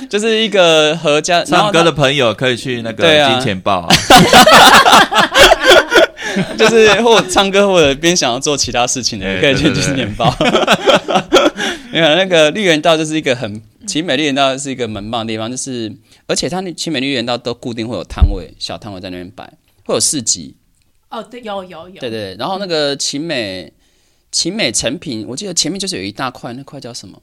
Speaker 1: 就是一个合家然后
Speaker 3: 唱歌的
Speaker 1: 它
Speaker 3: 朋友可以去那
Speaker 1: 对
Speaker 3: 个
Speaker 1: 啊
Speaker 3: 金钱豹、啊，
Speaker 1: 就是或唱歌或者边想要做其他事情的，也
Speaker 3: 哎
Speaker 1: 可以去
Speaker 3: 对对
Speaker 1: 就是
Speaker 3: 对
Speaker 1: 年报。 <laughs> 没有那个绿园道就是一个很奇美绿园道是一个蛮棒的地方，就是而且它那奇美绿园道都固定会有摊位，小摊位在那边摆，会有市集，
Speaker 2: 哦对，有有有，
Speaker 1: 对对，对然后那个
Speaker 2: 嗯
Speaker 1: 秦美，秦美成品，我记得前面就是有一大块，那块叫什么？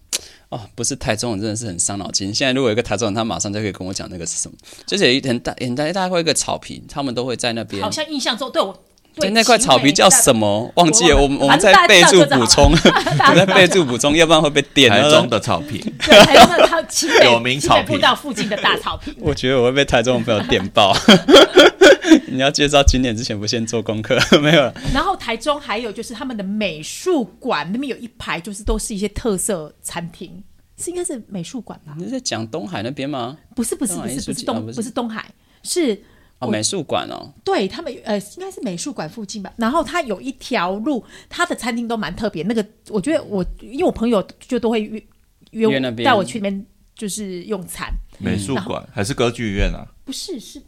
Speaker 1: 哦，不是台中人真的是很伤脑筋。现在如果有一个台中人，他马上就可以跟我讲那个是什么，就是有一很大很大一大块一个草坪，他们都会在那边
Speaker 2: 好。像印象中对我
Speaker 1: 对，那块草坪叫什
Speaker 2: 么？
Speaker 1: 么？忘记了，
Speaker 2: 我
Speaker 1: 我
Speaker 2: 忘了
Speaker 1: 们我们在
Speaker 2: 反正
Speaker 1: 备
Speaker 2: 大家知
Speaker 1: 注
Speaker 2: 道就
Speaker 1: 补
Speaker 2: 好
Speaker 1: 充， <laughs> 我
Speaker 2: <laughs> 大
Speaker 1: 们在
Speaker 2: 家
Speaker 1: 备注补充，要不然会被 <laughs> 点。
Speaker 3: 台
Speaker 1: 然后
Speaker 3: 中的草
Speaker 1: <laughs>
Speaker 3: 坪，
Speaker 2: 对台中的它青美
Speaker 3: 有名
Speaker 2: 青
Speaker 3: 草
Speaker 2: 美
Speaker 3: 坪
Speaker 2: 步道附近的大草坪， <laughs>
Speaker 1: 我觉得我会被台中的朋友点 <laughs> 爆。你要介绍景点之前，不先做功课没有了？
Speaker 2: 然后台中还有就是他们的美术馆那边有一排，就是都是一些特色餐厅，是应该是美术馆吧？
Speaker 1: 你是在讲东海那边吗？
Speaker 2: 不是不是
Speaker 1: 东海艺
Speaker 2: 不是
Speaker 1: 术
Speaker 2: 不是
Speaker 1: 节啊
Speaker 2: 东
Speaker 1: 嗯不是
Speaker 2: 不是东海，是
Speaker 1: 哦，美术馆哦。
Speaker 2: 对他们呃应该是美术馆附近吧。然后它有一条路，它的餐厅都蛮特别。那个我觉得我因为我朋友就都会约约
Speaker 1: 约
Speaker 2: 我
Speaker 1: 那边
Speaker 2: 带我去那边就是用餐，
Speaker 3: 美术馆还是歌剧院啊？
Speaker 2: 不是是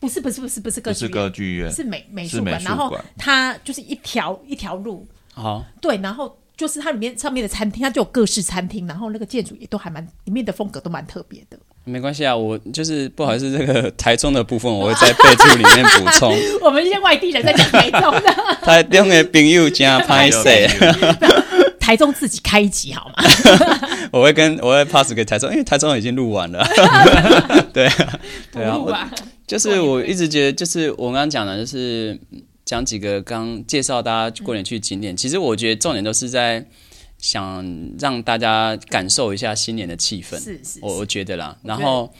Speaker 2: 不是不是不是不是歌
Speaker 3: 不
Speaker 2: 剧
Speaker 3: 是
Speaker 2: 院
Speaker 3: 歌剧院，
Speaker 2: 是美美
Speaker 3: 是
Speaker 2: 术
Speaker 3: 美
Speaker 2: 馆，
Speaker 3: 术
Speaker 2: 然后
Speaker 3: 馆
Speaker 2: 它就是一条一条路，
Speaker 1: 好，
Speaker 2: 对，然后就是它里面上面的餐厅，它就有各式餐厅，然后那个建筑也都还蛮里面的风格都蛮特别的。
Speaker 1: 没关系啊，我就是不好意思，这个台中的部分我会在备注里面补充。
Speaker 2: <laughs> 我们一些外地人在讲台中的，
Speaker 1: 台中的朋友加拍
Speaker 3: 哎
Speaker 1: 谁，
Speaker 2: <laughs> 台中自己开一集好吗？
Speaker 1: 我会跟我会 pass 给台中，因为台中已经录完了。对啊， <laughs> 对啊，
Speaker 2: 不录
Speaker 1: 我
Speaker 2: 啊，
Speaker 1: 就是我一直觉得，就是我刚刚讲的，就是嗯讲几个刚介绍大家过年去景点，其实我觉得重点都是在想让大家感受一下新年的气氛。
Speaker 2: 是是
Speaker 1: 我我觉得啦。然
Speaker 2: 得
Speaker 1: 后，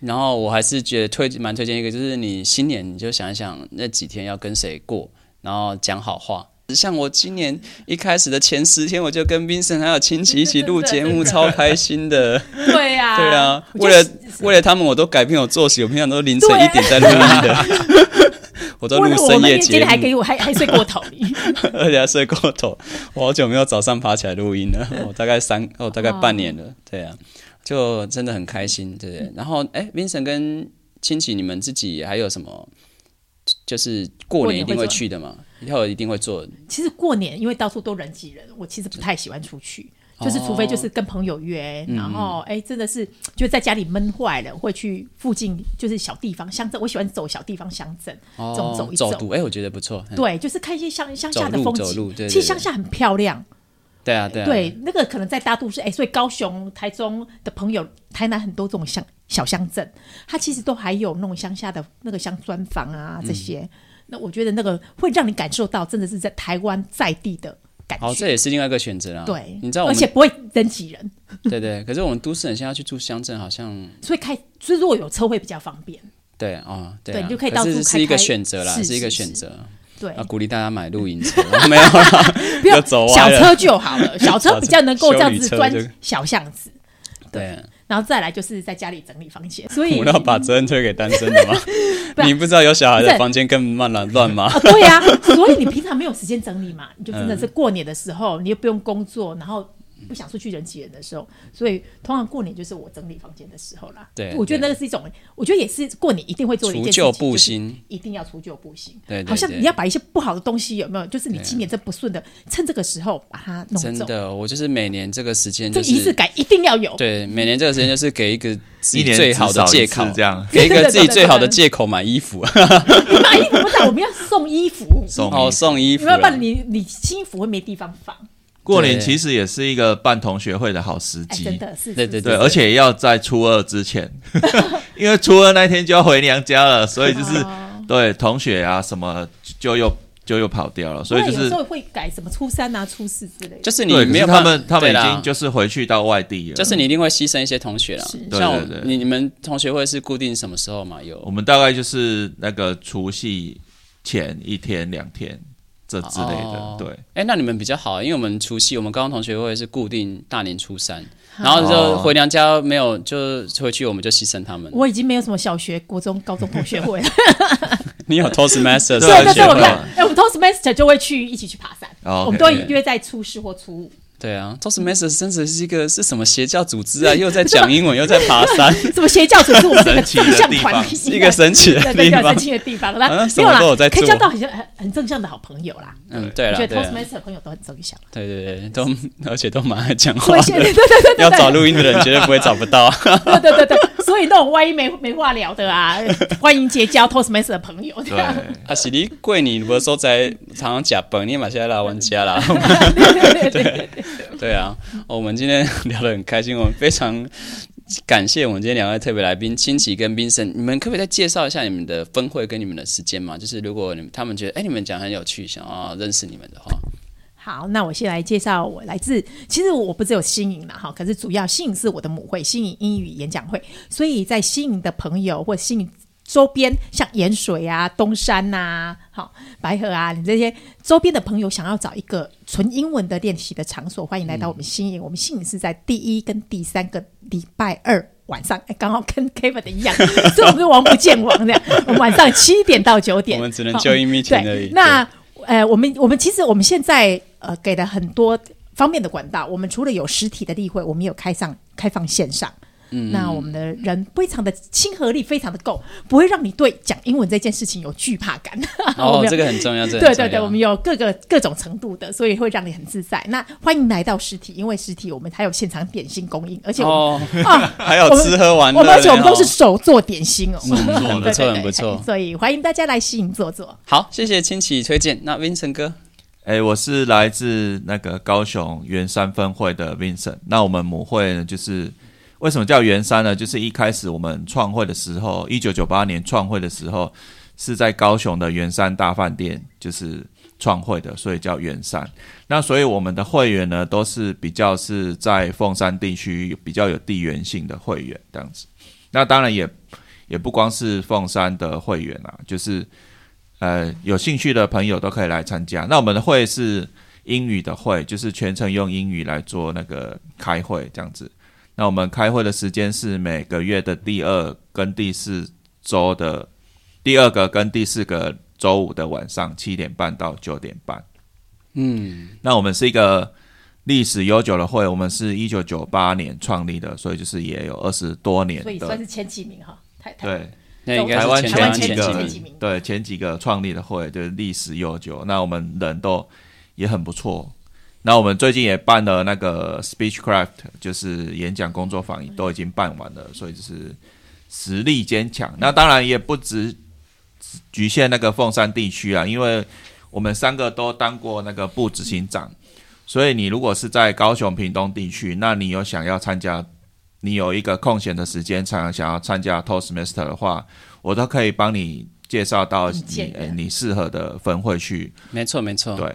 Speaker 1: 然后我还是觉得推蛮推荐一个，就是你新年你就想一想那几天要跟谁过，然后讲好话。像我今年一开始的前十天，我就跟 Vincent 还有亲戚一起录节目，超开心的。
Speaker 2: <laughs> 对呀、
Speaker 1: 对啊，
Speaker 2: 我
Speaker 1: 为
Speaker 2: 觉得
Speaker 1: 了 <laughs> 为了他们，我都改变我作息，我平常都凌晨
Speaker 2: 对啊
Speaker 1: 一点在录音的，
Speaker 2: <laughs>
Speaker 1: 我都
Speaker 2: 为了
Speaker 1: 录
Speaker 2: 我
Speaker 1: 深
Speaker 2: 们
Speaker 1: 夜
Speaker 2: 夜今
Speaker 1: 节
Speaker 2: 天还
Speaker 1: 目，
Speaker 2: 给我还还睡过头，
Speaker 1: <laughs> 而且还睡过哦
Speaker 2: <laughs> 哦
Speaker 1: 头。我好久没有早上爬起来录音了，我大概三，我大概半年了。对啊，就真的很开心，对不对？然后，哎，Vincent 跟亲戚你们自己还有什么？就是过
Speaker 2: 过
Speaker 1: 年
Speaker 2: 年
Speaker 1: 一定
Speaker 2: 会
Speaker 1: 会
Speaker 2: 做
Speaker 1: 去的嘛，以后一定会做。
Speaker 2: 其实过年因为到处都人挤人，我其实不太喜欢出去，
Speaker 1: 哦
Speaker 2: 就是除非就是跟朋友约，然后
Speaker 1: 嗯
Speaker 2: 哎、真的是就在家里闷坏了，会去附近就是小地方乡镇，我喜欢走小地方乡镇，
Speaker 1: 哦
Speaker 2: 这种走一
Speaker 1: 走
Speaker 2: 走。
Speaker 1: 读，哎，我觉得不错。嗯
Speaker 2: 对，就是看一些乡乡下
Speaker 1: 走
Speaker 2: 的
Speaker 1: 路
Speaker 2: 风
Speaker 1: 走路
Speaker 2: 景
Speaker 1: 对对，
Speaker 2: 其实
Speaker 1: 对
Speaker 2: 乡下很漂亮。
Speaker 1: 对啊，对啊，
Speaker 2: 对，那个可能在大都市，哎、所以高雄、台中的朋友，台南很多这种乡小乡镇，它其实都还有那种乡下的那个乡砖房啊这些。
Speaker 1: 嗯
Speaker 2: 那我觉得那个会让你感受到，真的是在台湾在地的感
Speaker 1: 好，这
Speaker 2: 觉。
Speaker 1: 也是另外一个选择啦。啊
Speaker 2: 对，
Speaker 1: 你知道我
Speaker 2: 而
Speaker 1: 们
Speaker 2: 且不会人挤人，
Speaker 1: 对对，可是我们都市人现在要去住乡镇，好像
Speaker 2: 所以开，所以如果有车会比较方便。
Speaker 1: 对哦，对啊，
Speaker 2: 对你就可以到处
Speaker 1: 是
Speaker 2: 开
Speaker 1: 是一个
Speaker 2: 开
Speaker 1: 选择啦，
Speaker 2: 是
Speaker 1: 是一个
Speaker 2: 是
Speaker 1: 选
Speaker 2: 是
Speaker 1: 择
Speaker 2: 对，
Speaker 1: 啊，鼓励大家买露营车， <laughs> 没有啦，
Speaker 2: 不要
Speaker 1: 又走
Speaker 2: 小
Speaker 1: 歪了
Speaker 2: 车就
Speaker 1: <laughs>
Speaker 2: 好了，小车比较能够这样子
Speaker 1: 修理车
Speaker 2: 钻
Speaker 1: 就
Speaker 2: 小巷子。
Speaker 1: 对。
Speaker 2: 然后再来就是在家里整理房间，所以
Speaker 1: 我要把责任推给单身的吗？
Speaker 2: <laughs> 不啊
Speaker 1: 你
Speaker 2: 是
Speaker 1: 不知道有小孩
Speaker 2: 不
Speaker 1: 的
Speaker 2: 是
Speaker 1: 房间更乱乱乱吗？
Speaker 2: 啊， <laughs> 对呀、所以你平常没有时间整理嘛，你就真
Speaker 1: 嗯
Speaker 2: 的是过年的时候，你又不用工作，然后不想出去人挤人的时候，所以通常过年就是我整理房间的时候啦。
Speaker 1: 对啊
Speaker 2: 我觉得那个是一种，我觉得也是过年一定会做的一件事情，
Speaker 1: 除旧布新，
Speaker 2: 一定要除旧布新。
Speaker 1: 对对
Speaker 2: 好像
Speaker 1: 对
Speaker 2: 你要把一些不好的东西有没有，就是你今年这不顺的，趁这个时候把它弄
Speaker 1: 真
Speaker 2: 走，
Speaker 1: 的，我就是每年这个时间
Speaker 2: 这
Speaker 1: 就
Speaker 2: 仪式
Speaker 1: 是
Speaker 2: 感一定要有。
Speaker 1: 对，每年这个时间就是给一个自己
Speaker 3: 一年
Speaker 1: 最好的
Speaker 3: 至少
Speaker 1: 借
Speaker 3: 一次
Speaker 1: 口，
Speaker 3: 这样
Speaker 1: 给一个自己
Speaker 2: 对对对对
Speaker 1: 最好的借口买衣
Speaker 3: <laughs>
Speaker 1: 服，啊
Speaker 2: 你买衣服不是啊我们要送衣服，
Speaker 3: 送
Speaker 1: 哦，<laughs>
Speaker 3: 礼
Speaker 1: 送衣服
Speaker 2: 要不
Speaker 1: 啦
Speaker 2: 然。你你新衣服会没地方放。
Speaker 3: <laughs> 过年
Speaker 1: 对
Speaker 3: 其实也是一个办同学会的好时
Speaker 2: 哎，
Speaker 3: 机，
Speaker 2: 真的是，
Speaker 1: 对
Speaker 2: 是
Speaker 1: 对对
Speaker 3: 对，而且要在初二之
Speaker 1: <laughs>
Speaker 3: 前，因为初二那天就要回娘家了，所以就是、
Speaker 1: 哦
Speaker 3: 对同学啊什么就又就又跑掉了，所以就
Speaker 2: 不然有
Speaker 3: 是
Speaker 2: 时候会改什么初三啊、初四之类的。
Speaker 1: 就是你
Speaker 3: 对，可
Speaker 1: 没
Speaker 3: 是
Speaker 1: 有
Speaker 3: 他
Speaker 1: 办
Speaker 3: 们他
Speaker 1: 对
Speaker 3: 们已
Speaker 1: 啦
Speaker 3: 经就是回去到外地了，
Speaker 1: 就是你一定会牺牲一些同学啦
Speaker 2: 是。
Speaker 3: 对
Speaker 1: 像我
Speaker 3: 对对
Speaker 1: 你你们同学会是固定什么时候嘛？有
Speaker 3: 我们大概就是那个除夕前一天两天这之类的，
Speaker 1: 哦
Speaker 3: 对。
Speaker 1: 哎，那你们比较好，因为我们除夕，我们高中同学会是固定大年初三，然后就回娘家没有，就回去我们就牺牲他们。
Speaker 2: 我已经没有什么小学、国中、高中同学会了。
Speaker 1: 你有 Toastmaster
Speaker 3: 对
Speaker 2: 对，
Speaker 1: 同
Speaker 2: 但是
Speaker 1: 学
Speaker 2: 我
Speaker 1: 会
Speaker 2: 们
Speaker 1: 吗？
Speaker 2: 哎，我们 Toastmaster 就会去一起去爬山，
Speaker 3: 哦，OK，
Speaker 2: 我们都会
Speaker 3: OK
Speaker 2: 约在初四或初五。
Speaker 1: 对啊，Toastmaster 真的是一个是什么邪教组织啊？又在讲英文，又在爬山，
Speaker 2: 什么邪教组织，我们是一个
Speaker 3: 神奇的
Speaker 2: 正向
Speaker 3: 地
Speaker 2: 团
Speaker 3: 方
Speaker 2: 体，
Speaker 1: 是一个神奇的
Speaker 2: 对
Speaker 1: 地
Speaker 2: 对对
Speaker 1: 方
Speaker 2: 神。奇的地方。
Speaker 1: 好
Speaker 2: 那
Speaker 1: 像
Speaker 2: 没
Speaker 1: 什
Speaker 2: 有
Speaker 1: 么都有
Speaker 2: 啦
Speaker 1: 在，
Speaker 2: 可以
Speaker 1: 做
Speaker 2: 交到很很很正向的好朋友啦。
Speaker 1: 嗯，对
Speaker 2: 我
Speaker 1: 了，
Speaker 2: 觉得
Speaker 1: 对啦
Speaker 2: Toastmaster 的朋友都很正向。
Speaker 1: 对对对，都而且都蛮爱讲话
Speaker 2: 所以现在对
Speaker 1: 的。
Speaker 2: 对对
Speaker 1: 要
Speaker 2: 对
Speaker 1: 找
Speaker 2: 对
Speaker 1: 录音的人绝对不会找不到。
Speaker 2: 对对对对，所以那种万一没没话聊的啊，欢迎结交 Toastmaster 的朋友。这
Speaker 3: 对 <laughs>
Speaker 2: 样，
Speaker 1: 啊，是你过年无所在，常常假本，你嘛现在来玩家啦。 <laughs> 对对啊、哦我们今天 <laughs> 聊得很开心，我们非常感谢我们今天两位特别来宾清奇跟冰森，你们可不可以再介绍一下你们的分会跟你们的时间嘛？就是如果你们他们觉得哎、你们讲很有趣，想要认识你们的话，
Speaker 2: 好，那我先来介绍我来自，其实我不只有新营啦哈，可是主要新营是我的母会，新营英语演讲会，所以在新营的朋友或新营周边，像盐水啊、东山呐、好白河啊，你这些周边的朋友想要找一个纯英文的练习的场所，欢迎来到我们新营。我们新营是在第一跟第三个礼拜二。晚上哎，刚好跟 Kevin 的一
Speaker 1: <laughs>
Speaker 2: 样，所以我们是王不见王这样。我们晚上七点到九点，
Speaker 1: 我们只能
Speaker 2: 好
Speaker 1: 就一 meeting 而已
Speaker 2: 对，那呃，我们我们其实我们现在呃给了很多方面的管道，我们除了有实体的例会，我们也有开上开放线上。嗯，那我们的人非常的亲和力非常的够，不会让你对讲英文这件事情有惧怕感。 <laughs> 我
Speaker 1: 哦，
Speaker 2: 们有
Speaker 1: 这个很重要，这个
Speaker 2: 对
Speaker 1: 很重要
Speaker 2: 对对，我们有各个各种程度的，所以会让你很自在。那欢迎来到实体，因为实体我们还有现场点心供应，而且我
Speaker 1: 哦，
Speaker 2: 们、 <laughs> 啊，
Speaker 1: 还有
Speaker 2: 我们
Speaker 1: 吃喝玩乐
Speaker 2: 我们而且我们
Speaker 1: 呢
Speaker 2: 都是
Speaker 1: 哦
Speaker 2: 手做点心哦，
Speaker 1: 嗯很不错
Speaker 2: <laughs> 对对对
Speaker 1: 很不错
Speaker 2: 所以欢迎大家来吸引坐坐。
Speaker 1: 好，谢谢清奇推荐。那 Vincent 哥，
Speaker 3: 哎、我是来自那个高雄圆山分会的 Vincent。那我们母会呢，就是为什么叫圆山呢？就是一开始我们创会的时候，一九九八年创会的时候是在高雄的圆山大饭店，就是创会的，所以叫圆山。那所以我们的会员呢，都是比较是在凤山地区比较有地缘性的会员这样子。那当然也也不光是凤山的会员啊，就是呃，有兴趣的朋友都可以来参加。那我们的会是英语的会，就是全程用英语来做那个开会这样子。那我们开会的时间是每个月的第二跟第四周的第二个跟第四个周五的晚上七点半到九点半。嗯，那我们是一个历史悠久的会，我们是一九九八年创立的，所以就是也有二十多年
Speaker 2: 所以算
Speaker 3: 的，
Speaker 2: 是前几名哈。台台
Speaker 3: 对，
Speaker 1: 那应该
Speaker 3: 台
Speaker 1: 是
Speaker 3: 湾
Speaker 1: 前
Speaker 2: 台湾
Speaker 1: 前
Speaker 2: 前几
Speaker 3: 几
Speaker 2: 名
Speaker 1: 名。
Speaker 3: 个对前几个创立的会，就是历史悠久。那我们人都也很不错。那我们最近也办了那个 Speechcraft，就是演讲工作坊，都已经办完了，所以就是实力坚强。那当然也不只只局限那个凤山地区啊，因为我们三个都当过那个部执行长，所以你如果是在高雄、屏东地区，那你有想要参加，你有一个空闲的时间，想想要参加 Toastmaster 的话，我都可以帮你介绍到
Speaker 2: 引
Speaker 3: 你
Speaker 2: 荐
Speaker 3: 呃
Speaker 2: 的
Speaker 3: 你适合的分会去。
Speaker 1: 没错，没错。
Speaker 3: 对，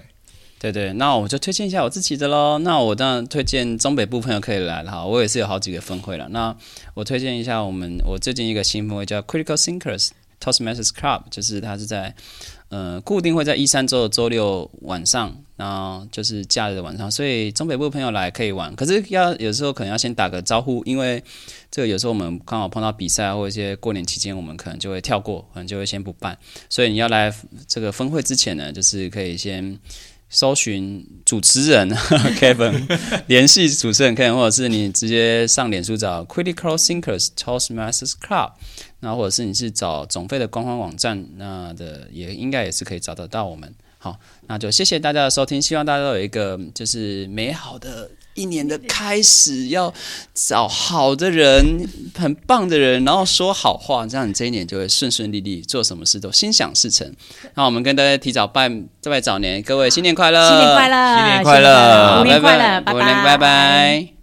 Speaker 1: 对对，那我就推荐一下我自己的喽。那我当然推荐中北部朋友可以来了哈，我也是有好几个分会了。那我推荐一下我们我最近一个新分会叫 Critical Thinkers Toastmasters Club，就是它是在呃固定会在一三周的周六晚上，然后就是假日的晚上，所以中北部朋友来可以玩，可是要有时候可能要先打个招呼，因为这个有时候我们刚好碰到比赛啊或一些过年期间，我们可能就会跳过，可能就会先不办。所以你要来这个分会之前呢，就是可以先。搜寻主持人 <laughs> Kevin，联系主持人 Kevin，或者是你直接上脸书找 Critical Thinkers Toastmasters Club，那或者是你是找总会的官方网站，那的也应该也是可以找得到我们。好，那就谢谢大家的收听，希望大家都有一个就是美好的一年的开始，要找好的人，很棒的人，然后说好话，这样你这一年就会顺顺利利，做什么事都心想事成。那我们跟大家提早拜拜早年，各位新年快乐，
Speaker 2: 新年快乐，
Speaker 3: 新年快乐
Speaker 2: 虎年快
Speaker 1: 拜
Speaker 2: 乐，
Speaker 1: 拜虎年拜
Speaker 2: 拜
Speaker 1: 拜。